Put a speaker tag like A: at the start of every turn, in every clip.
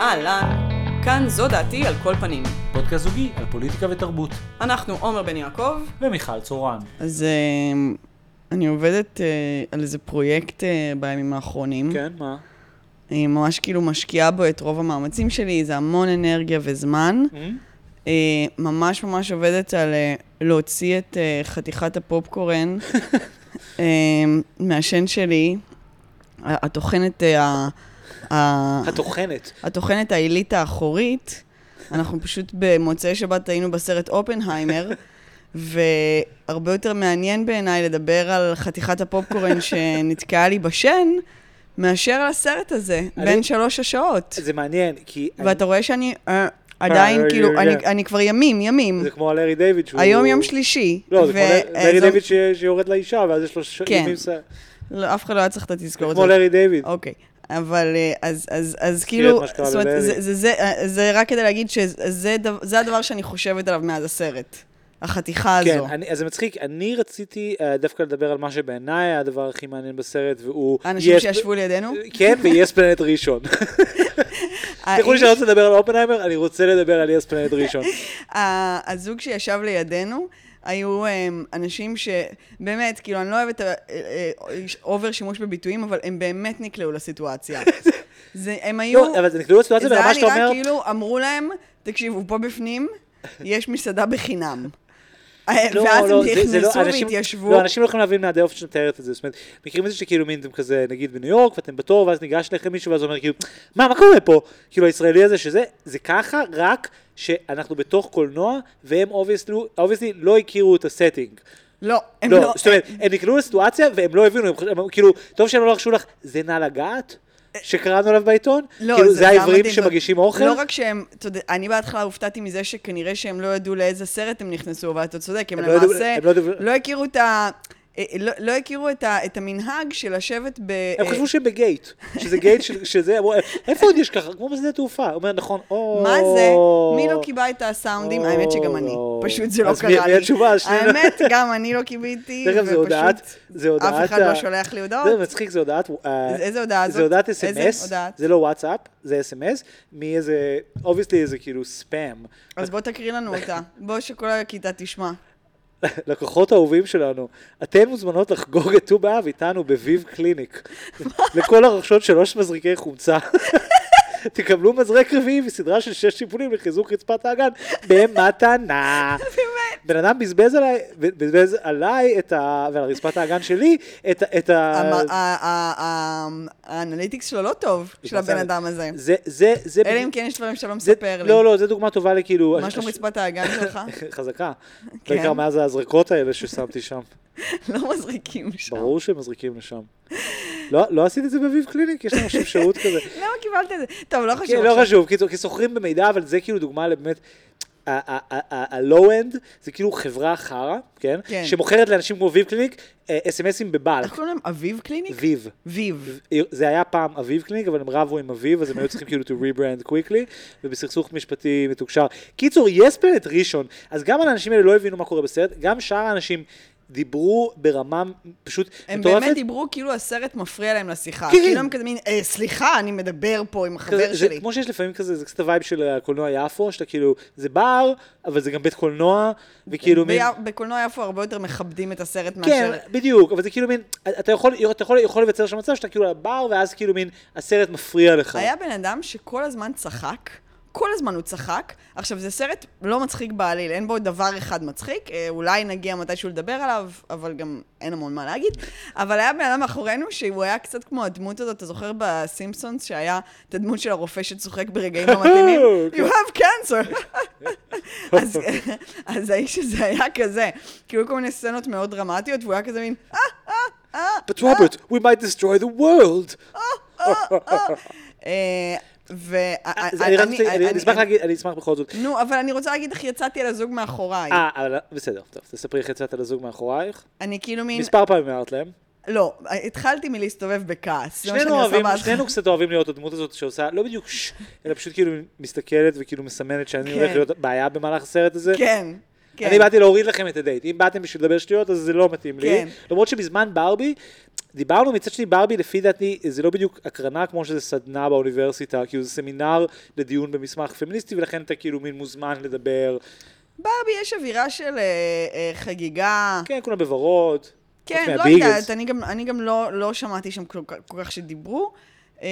A: אהלן, כאן זו דעתי על כל פנים.
B: פודקאסט זוגי על פוליטיקה ותרבות,
A: אנחנו עומר בן יעקב.
B: ומיכל צורן.
C: אז אה, אני עובדת אה, על איזה פרויקט אה, בימים האחרונים.
B: כן, מה?
C: אני ממש כאילו משקיעה בו את רוב המאמצים שלי, זה המון אנרגיה וזמן.
B: Mm?
C: אה, ממש ממש עובדת על אה, להוציא את אה, חתיכת הפופקורן אה, מהשן שלי, ה- הטוחנת, אה, ה- ה-
B: הטוחנת.
C: הטוחנת העילית האחורית. אנחנו פשוט במוצאי שבת היינו בסרט אופנהיימר, והרבה יותר מעניין בעיניי לדבר על חתיכת הפופקורן שנתקעה לי בשן, מאשר על הסרט הזה,
B: אני-
C: בין שלוש השעות.
B: זה מעניין, כי...
C: ואתה רואה שאני אה, עדיין,
B: אה,
C: כאילו,
B: אה,
C: אני-
B: אה.
C: אני כבר ימים, ימים.
B: זה כמו לארי דיוויד שהוא...
C: היום יום שלישי.
B: לא, זה כמו
C: ו-
B: ל-
C: אה,
B: לארי
C: זו-
B: דיוויד ש- שיורד לאישה, ואז יש לו... ש-
C: כן.
B: ימים ס-
C: לא, אף אחד לא היה צריך את התזכורת
B: כמו
C: הזאת.
B: לארי דיוויד.
C: אוקיי. אבל אה, אז, אז, אז
B: תזכיר את
C: כאילו,
B: מה שקרה
C: זאת אומרת,
B: ללארי.
C: זה, זה, זה, אה, זה רק כדי להגיד שזה דו- זה הדבר שאני חושבת עליו מאז הסרט. החתיכה
B: כן,
C: הזו.
B: אני- אז זה מצחיק, אני רציתי אה, דווקא לדבר על מה שבעיניי היה הדבר הכי מעניין בסרט, והוא...
C: האנשים
B: Yes-
C: שישבו לידינו.
B: כן, ו-yes פלנט ראשון. תלכו לי
C: האיש-
B: שאני רוצה לדבר על אופנהיימר, אני רוצה לדבר על yes פלנט ראשון.
C: ה- הזוג שישב לידינו, היו הם, אנשים שבאמת, כאילו, אני לא אוהבת אה, אה, אה, אובר שימוש בביטויים, אבל הם באמת נקלעו לסיטואציה. זה, הם היו...
B: לא, אבל זה נקלעו לסיטואציה
C: זה היה
B: ברמה שאתה
C: נראה
B: אומר,
C: כאילו, אמרו להם, תקשיבו, פה בפנים יש מסעדה בחינם. אה,
B: לא,
C: כן, ואז
B: לא,
C: הם
B: זה- זה לא,
C: נכנסו
B: אנשים-
C: והתיישבו.
B: לא, אנשים לא יכולים להבין מהדי אופן שאת מתארת את זה. זאת אומרת, מכירים את זה שכאילו מין אתם כזה, נגיד בניו יורק, ואתם בתור, ואז ניגש אליכם מישהו, ואז הוא אומר כאילו, מה, מה קורה פה? כאילו הישראלי הזה שזה, זה ככה, רק שאנחנו בתוך קולנוע, והם אובייסלי לא הכירו את הסטינג.
C: לא, הם
B: לא,
C: לא...
B: זאת אומרת, הם נקלעו לסיטואציה והם לא הבינו, הם חוש- הם כאילו, טוב שהם לא רכשו לך, זה נא לגעת? שקראנו עליו בעיתון?
C: אה, לא,
B: כאילו,
C: היה
B: זה העברים
C: מדהים, זאת-
B: שמגישים אוכל?
C: לא רק שהם, אתה יודע, אני בהתחלה הופתעתי מזה שכנראה שהם לא ידעו לאיזה סרט הם נכנסו, אבל אתה צודק, הם
B: הם לא ידעו-
C: למעשה
B: הם לא ידעו-
C: לא הכירו את ה... אה, לא, לא הכירו את, ה, את המנהג של לשבת ב...
B: הם
C: אה,
B: חשבו שהם בגייט, שזה גייט של- שזה, אמרו, איפה עוד יש ככה? כמו בשדה תעופה. הוא אומר, נכון, או...
C: מה זה? מי לא קיבה את הסאונדים?
B: או,
C: האמת שגם אני.
B: לא.
C: פשוט זה לא
B: אז
C: קרה
B: מי-
C: לי.
B: מי התשובה? שנינו-
C: האמת, גם אני לא קיביתי,
B: דרך אגב, זה הודעת, זה הודעת...
C: אף אחד לא
B: ה-
C: שולח לי
B: זה
C: הודעות.
B: מצחיק, זה הודעת... אה,
C: אז איזה הודעה זאת?
B: זה הודעת
C: איזה
B: אס.אם.אס,
C: הודעת?
B: זה לא וואטסאפ, זה אס.אם.אס, מאיזה, אובייסלי איזה כאילו ספאם.
C: אז בוא תקריא לנו אותה. בוא שכל הכיתה תשמע.
B: לקוחות אהובים שלנו, אתן מוזמנות לחגוג את ט"ו באב איתנו בוויב קליניק. לכל הרכשות שלוש מזריקי חומצה. תקבלו מזרק רביעי וסדרה של שש טיפולים לחיזוק רצפת האגן במתנה. בן אדם בזבז עליי, בזבז עליי את ה... ועל רצפת האגן שלי, את ה... את ה...
C: המ- ה- ה- ה- האנליטיקס שלו לא טוב, של הבן אדם הזה.
B: זה, זה, זה...
C: אה, אלא אם כן יש דברים שאתה לא
B: זה-
C: מספר לי.
B: לא, לא, זו דוגמה טובה לכאילו...
C: מה שלום רצפת האגן שלך?
B: חזקה.
C: כן.
B: בעיקר מאז ההזרקות האלה ששמתי שם.
C: לא מזריקים שם.
B: ברור שהם מזריקים לשם. לא, לא עשית את זה בביב קליניק, יש לנו עכשיו שירות כזה.
C: למה קיבלת את זה? טוב, לא חשוב.
B: כן, לא
C: עכשיו.
B: חשוב, כי, כי סוחרים במידע, אבל זה כאילו דוגמה לבאמת, ה-low-end זה כאילו חברה חרא, כן?
C: כן. אוקיי.
B: שמוכרת לאנשים כמו ביב קליניק אה, אס.אם.אסים בבלק,
C: איך קוראים להם? אביב קליניק?
B: ויב.
C: ויב.
B: זה היה פעם אביב קליניק, אבל הם רבו עם אביב, אז הם היו צריכים כאילו to rebrand quickly, ובסכסוך משפטי מתוקשר. קיצור, יס פלנט ראשון, אז גם האנשים האלה לא הבינו מה קורה בסרט, גם שאר האנשים דיברו ברמה פשוט
C: הם
B: מטורפת.
C: באמת דיברו כאילו הסרט מפריע להם לשיחה.
B: כן.
C: כאילו הם כזה מין, "אה, סליחה, אני מדבר פה עם
B: כזה-
C: החבר
B: זה
C: שלי.
B: כמו שיש לפעמים כזה, זה קצת הווייב של הקולנוע יפו, שאתה כאילו, זה בר, אבל זה גם בית קולנוע, וכאילו כאילו מין...
C: ב- בקולנוע יפו הרבה יותר מכבדים את הסרט
B: כן,
C: מאשר...
B: בדיוק, אבל זה כאילו מין, אתה יכול, אתה יכול, יכול לבצר שם מצב שאתה כאילו על הבר, ואז כאילו מין, הסרט מפריע לך.
C: היה בן אדם שכל הזמן צחק. כל הזמן הוא צחק. עכשיו, זה סרט לא מצחיק בעליל, אין בו דבר אחד מצחיק. אה, אולי נגיע מתישהו לדבר עליו, אבל גם אין המון מה להגיד. אבל היה בן אדם מאחורינו שהוא היה קצת כמו הדמות הזאת, אתה זוכר בסימפסונס, שהיה את הדמות של הרופא שצוחק ברגעים לא מתאימים? You
B: כן.
C: have cancer! אז- אז האיש הזה היה כזה. כי היו כל מיני סצנות מאוד דרמטיות, והוא היה כזה מין... "אה, אה, אה,
B: But Robert, we might destroy the world.
C: אה,
B: אז אה, אני רק,
C: ואני...
B: אני- אני אשמח להגיד, אני אשמח בכל זאת.
C: נו, אבל אני רוצה להגיד איך יצאתי על הזוג מאחוריי.
B: אה, אבל בסדר, טוב, תספרי איך יצאת לזוג מאחורייך.
C: אני כאילו מין...
B: מספר פעמים הערת להם.
C: לא, התחלתי מלהסתובב בכעס. זה מה שאני
B: שנינו
C: עושה
B: אוהבים,
C: בהתחלה.
B: שנינו קצת אוהבים להיות הדמות הזאת שעושה, לא בדיוק ש... אלא פשוט כאילו מסתכלת וכאילו מסמנת שאני
C: כן.
B: הולך להיות בעיה במהלך הסרט הזה.
C: כן, כן.
B: אני באתי להוריד לכם את הדייט. אם באתם בשביל לדבר שטויות, אז זה לא מתאים לי.
C: כן.
B: למרות שבזמן ברבי, דיברנו מצד שני, ברבי לפי דעתי זה לא בדיוק הקרנה כמו שזה סדנה באוניברסיטה, כאילו זה סמינר לדיון במסמך פמיניסטי ולכן אתה כאילו מין מוזמן לדבר,
C: ברבי יש אווירה של אה, אה, חגיגה.
B: כן כולם בוורוד, חוץ
C: כן, לא
B: מהביגלס.
C: יודעת, אני גם, אני גם לא, לא שמעתי שם כל, כך- כל כך שדיברו, אמ,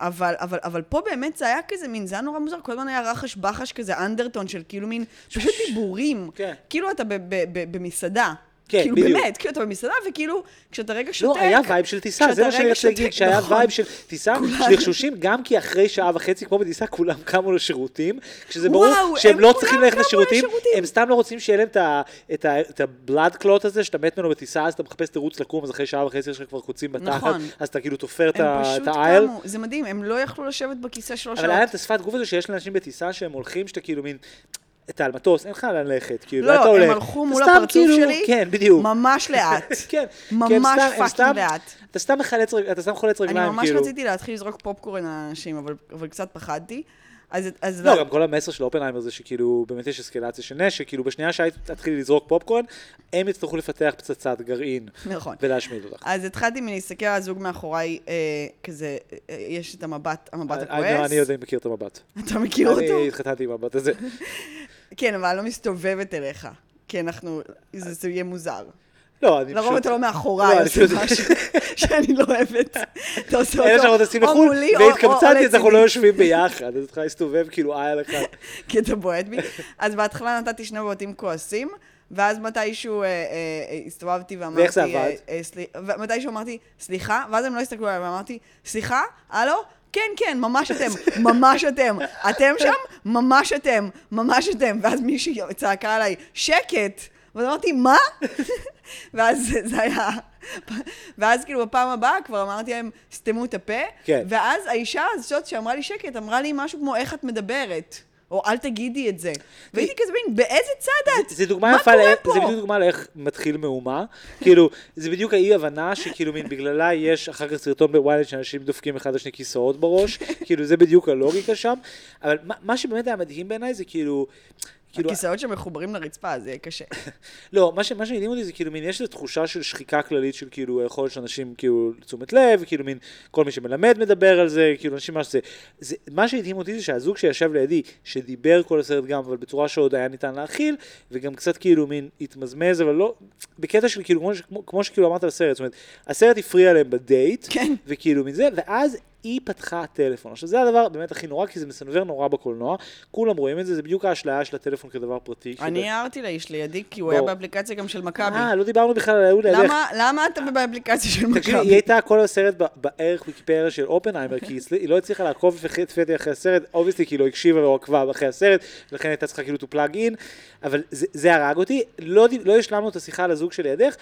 C: אבל, אבל, אבל פה באמת זה היה כזה מין, זה היה נורא מוזר, כל הזמן היה רחש בחש כזה אנדרטון של כאילו מין, פשוט דיבורים.
B: כן.
C: כאילו אתה ב, ב, ב, במסעדה.
B: כן,
C: כאילו
B: בדיוק.
C: באמת, כאילו אתה במסעדה, וכאילו, כשאתה רגע שותק...
B: לא, היה וייב של טיסה, זה
C: כשאתה
B: מה שאני
C: רגע
B: רציתי להגיד,
C: שותק,
B: שהיה
C: נכון.
B: וייב של טיסה,
C: כולנו.
B: שלחשושים, גם כי אחרי שעה וחצי, כמו בטיסה, כולם קמו לשירותים, כשזה ברור
C: וואו,
B: שהם
C: הם
B: לא
C: כולם
B: צריכים ללכת
C: קמו
B: לשירותים,
C: לשירותים.
B: הם סתם לא רוצים שיהיה להם את ה- את ה- את הבלאד קלוט הזה, שאתה מת ממנו בטיסה, אז אתה מחפש תירוץ לקום, אז אחרי שעה וחצי יש לך כבר חוצים בתחת,
C: נכון.
B: אז אתה כאילו תופר את
C: הם
B: ה-
C: פשוט
B: את העייל.
C: קמו, זה מדהים, הם לא יכלו לשבת בכיסא שלוש
B: אבל היה להם
C: שעות.
B: את השפת גוף הזו שיש לאנשים בטיסה שהם הולכים, שאתה כאילו מין... אתה על מטוס, אין לך לאן ללכת, כאילו,
C: לא,
B: אתה
C: הם
B: הולך.
C: הלכו
B: אתה
C: מול
B: סתם
C: הפרצוף
B: כאילו-
C: שלי,
B: כן, בדיוק.
C: ממש לאט.
B: כן, כי הם
C: ממש
B: סתם- הם
C: פאקינג
B: סתם-
C: לאט.
B: אתה סתם מחלץ, רג- אתה סתם חולץ רגליים,
C: אני
B: כאילו.
C: ממש רציתי להתחיל לזרוק פופקורן על אנשים, אבל- אבל קצת פחדתי. אז... אז
B: לא, גם כל המסר של אופנהיימר זה שכאילו, באמת יש אסקלציה של נשק, כאילו בשנייה שהיית תתחילי לזרוק פופקורן, הם יצטרכו לפתח פצצת גרעין.
C: נכון.
B: ולהשמיד אותך.
C: אז התחלתי מלהסתכל על הזוג מאחוריי, אה, כזה, אה, יש את המבט, המבט
B: אני
C: הכועס.
B: אה, אני יודע, אני מכיר את המבט.
C: אתה מכיר אותו?
B: אני התחתנתי עם המבט הזה.
C: כן, אבל אני לא מסתובבת אליך. כי אנחנו, זה זה יהיה מוזר.
B: לא, אני פשוט...
C: לרוב אתה לא מאחוריי
B: לא, אני
C: עושה
B: פשוט-
C: משהו שאני לא אוהבת. אתה עושה
B: אלה
C: אותו
B: שאנחנו טסים
C: או
B: לחו"ל,
C: מולי או- או- או
B: והתקבצתי, אז אנחנו לא
C: לצידי.
B: יושבים ביחד, אז את יכולה להסתובב כאילו איי על אחד.
C: כי אתה בועט בי. אז בהתחלה נתתי שני בועטים כועסים, ואז מתישהו אה, אה, אה, הסתובבתי ואמרתי...
B: ואיך זה
C: אה,
B: עבד?
C: אה, סלי- ו- מתישהו אמרתי, סליחה, ואז הם לא הסתכלו עליי, ואמרתי, סליחה, הלו? כן, כן, ממש אתם, ממש אתם. אתם שם? ממש אתם, ממש אתם. ואז מישהי צעקה עליי, שקט! ואז אמרתי, מה? ואז זה- זה היה... ואז כאילו בפעם הבאה כבר אמרתי להם, סתמו את הפה.
B: כן.
C: ואז האישה הזאת שאמרה לי שקט, אמרה לי משהו כמו, איך את מדברת? או אל תגידי את זה. והייתי כזה מין, באיזה צד את?
B: זה דוגמה
C: מה
B: יפה,
C: קורה
B: לאיך-
C: פה?
B: זה בדיוק דוגמה לאיך מתחיל מהומה. כאילו, זה בדיוק האי-הבנה שכאילו מין בגללה יש אחר כך סרטון בוויילד שאנשים דופקים אחד לשני כיסאות בראש, כאילו זה בדיוק הלוגיקה שם. אבל מה- מה שבאמת היה מדהים בעיניי זה כאילו... כאילו,
C: הכיסאות שמחוברים לרצפה, אז זה יהיה קשה.
B: לא, מה, ש, מה שמדהים אותי זה כאילו מין, יש איזו תחושה של שחיקה כללית של כאילו היכולת של אנשים כאילו לתשומת לב, כאילו מין, כל מי שמלמד מדבר על זה, כאילו אנשים מה שזה, זה, מה שהדהים אותי זה שהזוג שישב לידי, שדיבר כל הסרט גם, אבל בצורה שעוד היה ניתן להכיל, וגם קצת כאילו מין התמזמז, אבל לא, בקטע של כאילו, כמו, ש- כמו, כמו שכאילו אמרת על הסרט, זאת אומרת, הסרט הפריע להם בדייט,
C: כן.
B: וכאילו מזה, ואז היא פתחה טלפון. עכשיו זה הדבר באמת הכי נורא, כי זה מסנוור נורא בקולנוע, כולם רואים את זה, זה בדיוק האשליה של הטלפון כדבר פרטי.
C: אני
B: כאילו-
C: הערתי לאיש לידי, כי הוא
B: ברור.
C: היה באפליקציה גם של מכבי.
B: אה, לא דיברנו בכלל על ההוא לידך.
C: למה- למה אתה באפליקציה של
B: תקשיבי, היא
C: מכבי?
B: הייתה כל הסרט ב- בערך ויקיפריה של אופנהיימר, כי היא הצל- היא לא הצליחה לעקוב ופטי אחרי הסרט, אובייסטי כי היא לא הקשיבה ולא עקבה אחרי הסרט, ולכן הייתה צריכה כאילו to plug in, אבל זה- זה הרג אותי. לא ד- לא השלמנו את השיחה על הזוג שלידך,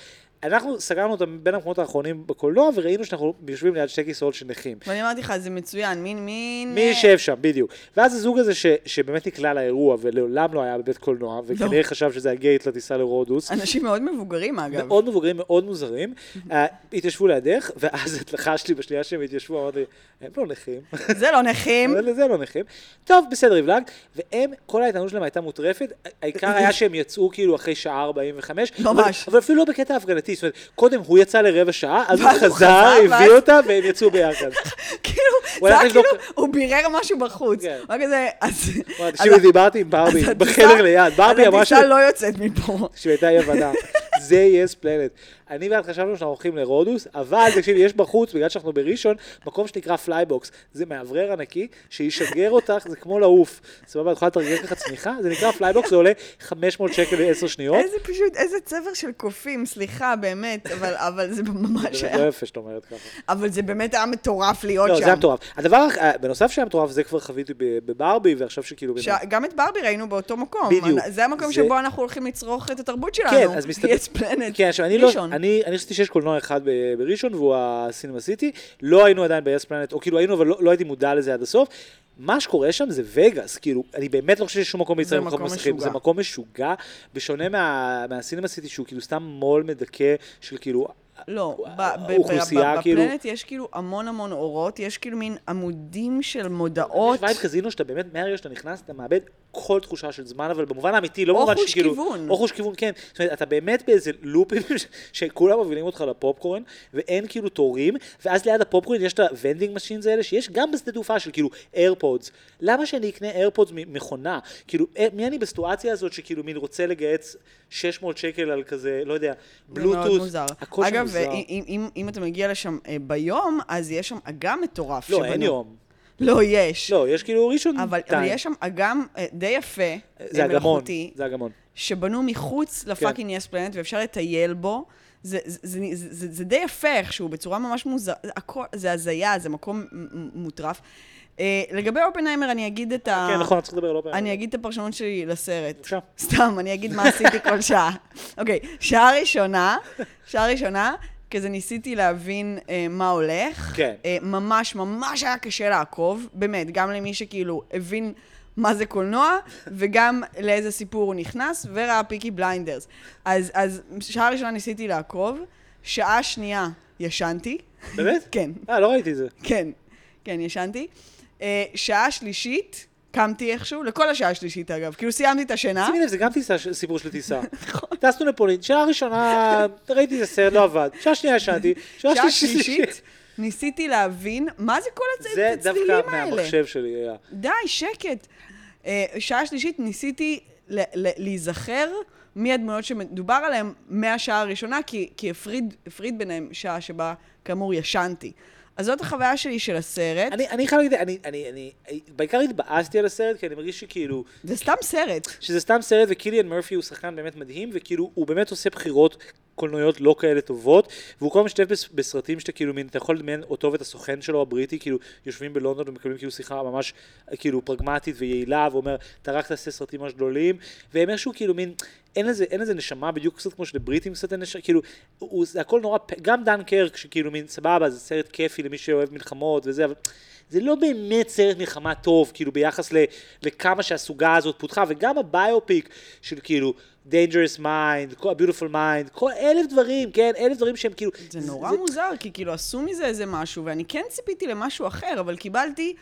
B: אנחנו סגרנו אותם בין המקומות האחרונים בקולנוע, וראינו שאנחנו יושבים ליד שתי כיסאות של נכים.
C: ואני אמרתי לך, זה מצוין, מין מין...
B: מי
C: אה,
B: יושב שם, בדיוק. ואז הזוג הזה ש, שבאמת נקלע לאירוע ולעולם לא היה בבית קולנוע, וכנראה חשב שזה הגייט לטיסה לרודוס,
C: אנשים מאוד מבוגרים, אגב.
B: מאוד מבוגרים, מאוד מוזרים, אה, התיישבו לידך, ואז את לחשת לי בשנייה שהם התיישבו, אמרתי, הם לא נכים,
C: זה לא נכים.
B: אבל לזה לא נכים. טוב, בסדר, הבלגת, והם, כל ההתנהלות שלהם הייתה מוטרפת, העיקר היה שהם יצאו כאילו אחרי שעה 45, אבל-
C: ממש.
B: אבל אפילו לא בקטע הפגנתי, זאת אומרת, קודם הוא יצא לרבע שעה, אז הוא
C: ואז הוא
B: חזר,
C: חזר,
B: הביא
C: ואז-
B: אותה, והם יצאו ביחד. הוא
C: כאילו, זה
B: הלך
C: היה כאילו,
B: לבדוק-
C: הוא בירר משהו בחוץ.
B: כן.
C: הוא היה כזה, אז...
B: וואי,
C: אז
B: תקשיבי,
C: ה-
B: דיברתי עם ברבי,
C: אז הטיסה-
B: בחדר ליד, ברבי אמרה ש...
C: אז הטיסה לא יוצאת מפה.
B: שהייתה אי הבנה. זה יס פלנט. אני ואת חשבנו שאנחנו הולכים לרודוס, אבל תקשיבי, יש בחוץ, בגלל שאנחנו בראשון, מקום שנקרא פלייבוקס. זה מאוורר ענקי, שישגר אותך, זה כמו לעוף. סבבה, את יכולה לתרגל ככה צניחה? זה נקרא פלייבוקס, זה עולה 500 שקל ל-10 שניות.
C: איזה פשוט, איזה צבר של קופים, סליחה, באמת, אבל- אבל זה ממש
B: זה לא
C: היה...
B: יפה שאת אומרת ככה.
C: אבל זה באמת היה מטורף להיות
B: לא,
C: שם.
B: זה היה מטורף. הדבר, הח- אה, בנוסף שהיה מטורף, זה כבר חוויתי ב- בברבי, ועכשיו שכאילו...
C: ש- גם את ברבי ראינו באותו מקום.
B: בדיוק.
C: אנ- זה המקום
B: זה-
C: שבו אנחנו הולכים לצרוך את התרבות שלנו.
B: כן, אז מסתבר...
C: יס פלנט.
B: כן, עכשיו, אני לא...
C: ראשון.
B: אני אני חשבתי שיש קולנוע אחד ב- בראשון, והוא הסינמה סיטי. לא היינו עדיין ב-yes planet, או כאילו היינו, אבל לא- לא הייתי מודע לזה עד הסוף. מה שקורה שם זה וגאס, כאילו, אני באמת לא חושב שיש שום מקום בישראל עם
C: מקום
B: מקום מסכים.
C: משוגע.
B: זה מקום משוגע, בשונה מה- מהסינמה סיטי, שהוא כאילו סתם מו"ל מדכא של כאילו...
C: לא, ב- ב- ב-
B: אוכלוסייה,
C: ב-
B: כאילו-
C: בפלנט יש כאילו המון המון אורות, יש כאילו מין עמודים של מודעות.
B: יש וייב קזינו שאתה באמת, מהרגע שאתה נכנס, אתה מאבד כל תחושה של זמן, אבל במובן האמיתי, לא
C: או
B: במובן
C: חוש
B: שכאילו...
C: כיוון.
B: או חוש כיוון, כן. זאת אומרת, אתה באמת באיזה לופים ש- שכולם מובילים אותך לפופקורן, ואין כאילו תורים, ואז ליד הפופקורן יש את הוונדינג משינס האלה, שיש גם בשדה תעופה של כאילו איירפודס. למה שאני אקנה איירפודס ממכונה? כאילו, אה, מי אני בסיטואציה הזאת שכאילו מין רוצה לגייס 600 שקל על כזה, לא יודע, בלוטוס.
C: זה מאוד מוזר.
B: הכל שם
C: אגב, אה,
B: מוזר.
C: אם, אם- אם, אם אתה מגיע לשם אה, ביום, אז יש שם אגם מטורף.
B: לא,
C: שבנו.
B: אין יום.
C: לא, יש.
B: לא, יש כאילו ראשון
C: אבל, אבל
B: טיים.
C: יש שם אגם אה, די יפה,
B: זה
C: אה,
B: אגמון,
C: מלאכותי,
B: זה אגמון.
C: שבנו
B: כן.
C: מחוץ לפאקינג יס פלנט, ואפשר לטייל בו. זה, זה, זה, זה, זה, זה די יפה איכשהו, בצורה ממש מוזרה, זה הכל, זה הזיה, זה מקום מ- מ- מוטרף. אה, לגבי אופנהיימר, אני אגיד את ה...
B: כן, נכון, צריך לדבר על אופרה.
C: אה, אני אגיד את הפרשנות שלי לסרט.
B: בבקשה.
C: סתם, אני אגיד מה עשיתי כל שעה. אוקיי, שעה ראשונה, שעה ראשונה, כזה ניסיתי להבין אה, מה הולך.
B: כן.
C: אה, ממש, ממש היה קשה לעקוב, באמת, גם למי שכאילו הבין מה זה קולנוע, וגם לאיזה סיפור הוא נכנס, וראה פיקי בליינדרס. אז, אז שעה ראשונה ניסיתי לעקוב, שעה שנייה ישנתי.
B: באמת?
C: כן.
B: אה, לא ראיתי את זה.
C: כן, כן, ישנתי. אה, שעה שלישית, קמתי איכשהו, לכל השעה השלישית אגב, כאילו סיימתי את השינה.
B: שימי לב, זה גם טיסה, ש- סיפור של טיסה.
C: נכון.
B: טסנו לפולין, שעה ראשונה ראיתי את הסרט, לא עבד. שעה שנייה ישנתי,
C: שעה שלישית, ניסיתי להבין מה זה כל הצ-
B: זה
C: הצלילים האלה.
B: דווקא מהמחשב שלי היה.
C: די, שקט. אה, שעה שלישית ניסיתי ל- ל- להיזכר מי הדמויות שמדובר עליהן מהשעה הראשונה, כי, כי הפריד, הפריד ביניהם שעה שבה, כאמור, ישנתי. אז זאת החוויה שלי של הסרט.
B: אני אני חייב להגיד, אני- אני אני- בעיקר התבאסתי על הסרט, כי אני מרגיש שכאילו,
C: זה סתם סרט.
B: שזה סתם סרט, וקיליאן מרפי הוא שחקן באמת מדהים, וכאילו, הוא באמת עושה בחירות קולנועיות לא כאלה טובות, והוא כל הזמן משתתף בס- בסרטים שאתה כאילו, מין, אתה יכול לדמיין אותו ואת הסוכן שלו הבריטי, כאילו, יושבים בלונדון ומקבלים כאילו שיחה ממש, כאילו, פרגמטית ויעילה, ואומר, אתה רק תעשה סרטים ממש גדולים, והם איכשהו כאילו מין... אין לזה, אין לזה נשמה, בדיוק קצת כמו שלבריטים קצת אין נשמה, כאילו, הוא, זה הכל נורא, פ- גם דן קרק, שכאילו מין סבבה, זה סרט כיפי למי שאוהב מלחמות וזה, אבל זה לא באמת סרט מלחמה טוב, כאילו ביחס ל, לכמה שהסוגה הזאת פותחה, וגם הביופיק של כאילו Dangerous Mind, כל- Beautiful Mind, כל אלף דברים, כן, אלף דברים שהם כאילו...
C: זה נורא זה... מוזר, כי כאילו עשו מזה איזה משהו, ואני כן ציפיתי למשהו אחר, אבל קיבלתי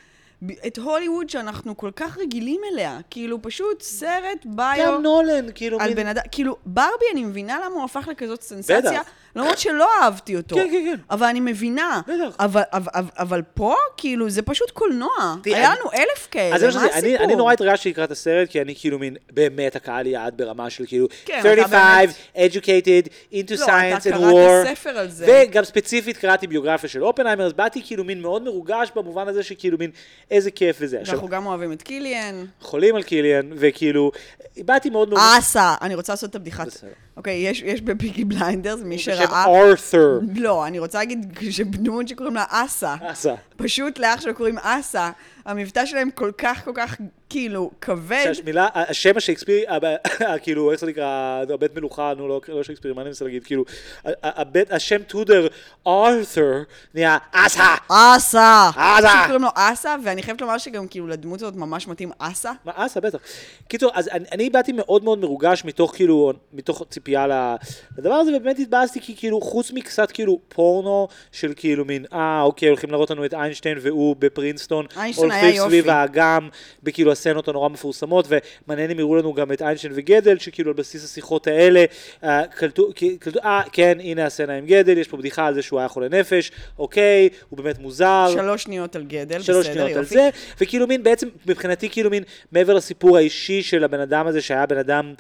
C: ב- את הוליווד שאנחנו כל כך רגילים אליה. כאילו, פשוט סרט ביו
B: גם נולן, כאילו...
C: על
B: מין-
C: בן אדם... כאילו, ברבי, אני מבינה למה הוא הפך לכזאת סנסציה,
B: בטח.
C: למרות שלא אהבתי אותו.
B: כן, כן, כן.
C: אבל אני מבינה.
B: בטח.
C: אבל, אבל, אבל, אבל פה, כאילו, זה פשוט קולנוע.
B: תראי,
C: היה
B: אני-
C: לנו אלף כאלה,
B: אז זה מה
C: אה, מה
B: שזה, אני,
C: הסיפור?
B: אני נורא התרגשתי לקראת הסרט, כי אני כאילו מין, באמת הקהל יעד ברמה של כאילו,
C: כן, אתה
B: 35, educated, into
C: לא, אתה
B: science and
C: קראת
B: war.
C: ספר על זה.
B: וגם ספציפית קראתי ביוגרפיה של אופנהיימר, אז באתי כאילו מין מאוד מרוגש במובן הזה שכאילו מין, איזה כיף וזה. עכשיו,
C: ואנחנו גם אוהבים את קיליאן.
B: חולים על קיליאן, וכאילו, באתי מאוד מרוגש.
C: אסה, אני רוצה לעשות את הבדיחת.
B: בסדר.
C: אוקיי, יש- יש בפיגי בליינדרס, מי שראה...
B: בשם ארת'ר.
C: לא, אני רוצה להגיד שדמות שקוראים לה אסה.
B: אסה.
C: פשוט לאח שלו קוראים אסה, המבטא שלהם כל כך כל כך כאילו כבד.
B: שהמילה, השם השייקספירי, ה- ה- כאילו, איך זה נקרא, הבית מלוכה, נו, לא- לא שייקספירי, מה אני מנסה להגיד, כאילו, ה- ה- הבית- השם טודר, ארת'ר, נהיה אסה.
C: אסה!
B: אסה!
C: פשוט קוראים לו אסה, ואני חייבת לומר שגם כאילו לדמות הזאת ממש מתאים אסה.
B: מה, אסה, בטח. קיצור, אז אני, אני באתי מאוד מאוד מרוגש מתוך כאילו, מתוך ציפייה ל- לדבר הזה, ובאמת התבאסתי כי כאילו, חוץ מקצת כאילו פורנו של כאילו מין, אה, אוקיי, הולכים להראות לנו את איינשטיין והוא בפרינסטון,
C: איינשטיין היה
B: הולכים סביב
C: יופי.
B: האגם, בכאילו הסצנות הנורא מפורסמות, ומעניין אם יראו לנו גם את איינשטיין וגדל, שכאילו על בסיס השיחות האלה, אה, קלטו, כי- קלטו, אה, כן, הנה הסצנה עם גדל, יש פה בדיחה על זה שהוא היה חולה נפש, אוקיי, הוא באמת מוזר.
C: שלוש שניות על גדל,
B: שלוש
C: בסדר,
B: שניות על
C: יופי.
B: זה, וכאילו מין, בעצם מבחינתי כאילו מין, מעבר לסיפור האישי של הבן אדם הזה שהיה בן אדם,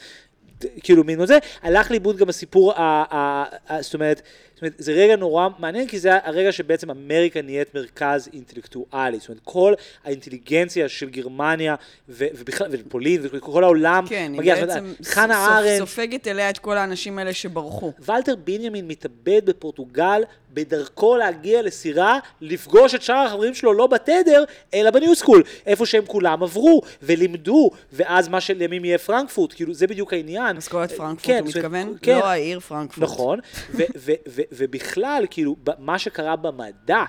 B: כאילו מין זה, הלך לאיבוד גם הסיפור, ה, ה, ה, זאת, אומרת, זאת אומרת, זה רגע נורא מעניין, כי זה הרגע שבעצם אמריקה נהיית מרכז אינטלקטואלי, זאת אומרת, כל האינטליגנציה של גרמניה, ו, ובכלל, ופולין, וכל העולם,
C: כן, היא
B: מגיע, זאת אומרת,
C: בעצם
B: חנה
C: סופ-
B: ארנדט,
C: סופגת אליה את כל האנשים האלה שברחו.
B: ולטר בנימין מתאבד בפורטוגל בדרכו להגיע לסירה, לפגוש את שאר החברים שלו לא בתדר, אלא בניו סקול, איפה שהם כולם עברו ולימדו, ואז מה שלימים יהיה פרנקפורט, כאילו זה בדיוק העניין.
C: אסכולת פרנקפורט,
B: כן,
C: הוא
B: זאת אומרת,
C: מתכוון?
B: כן,
C: לא העיר פרנקפורט.
B: נכון, ו- ו- ו- ובכלל, כאילו, ב- מה שקרה במדע,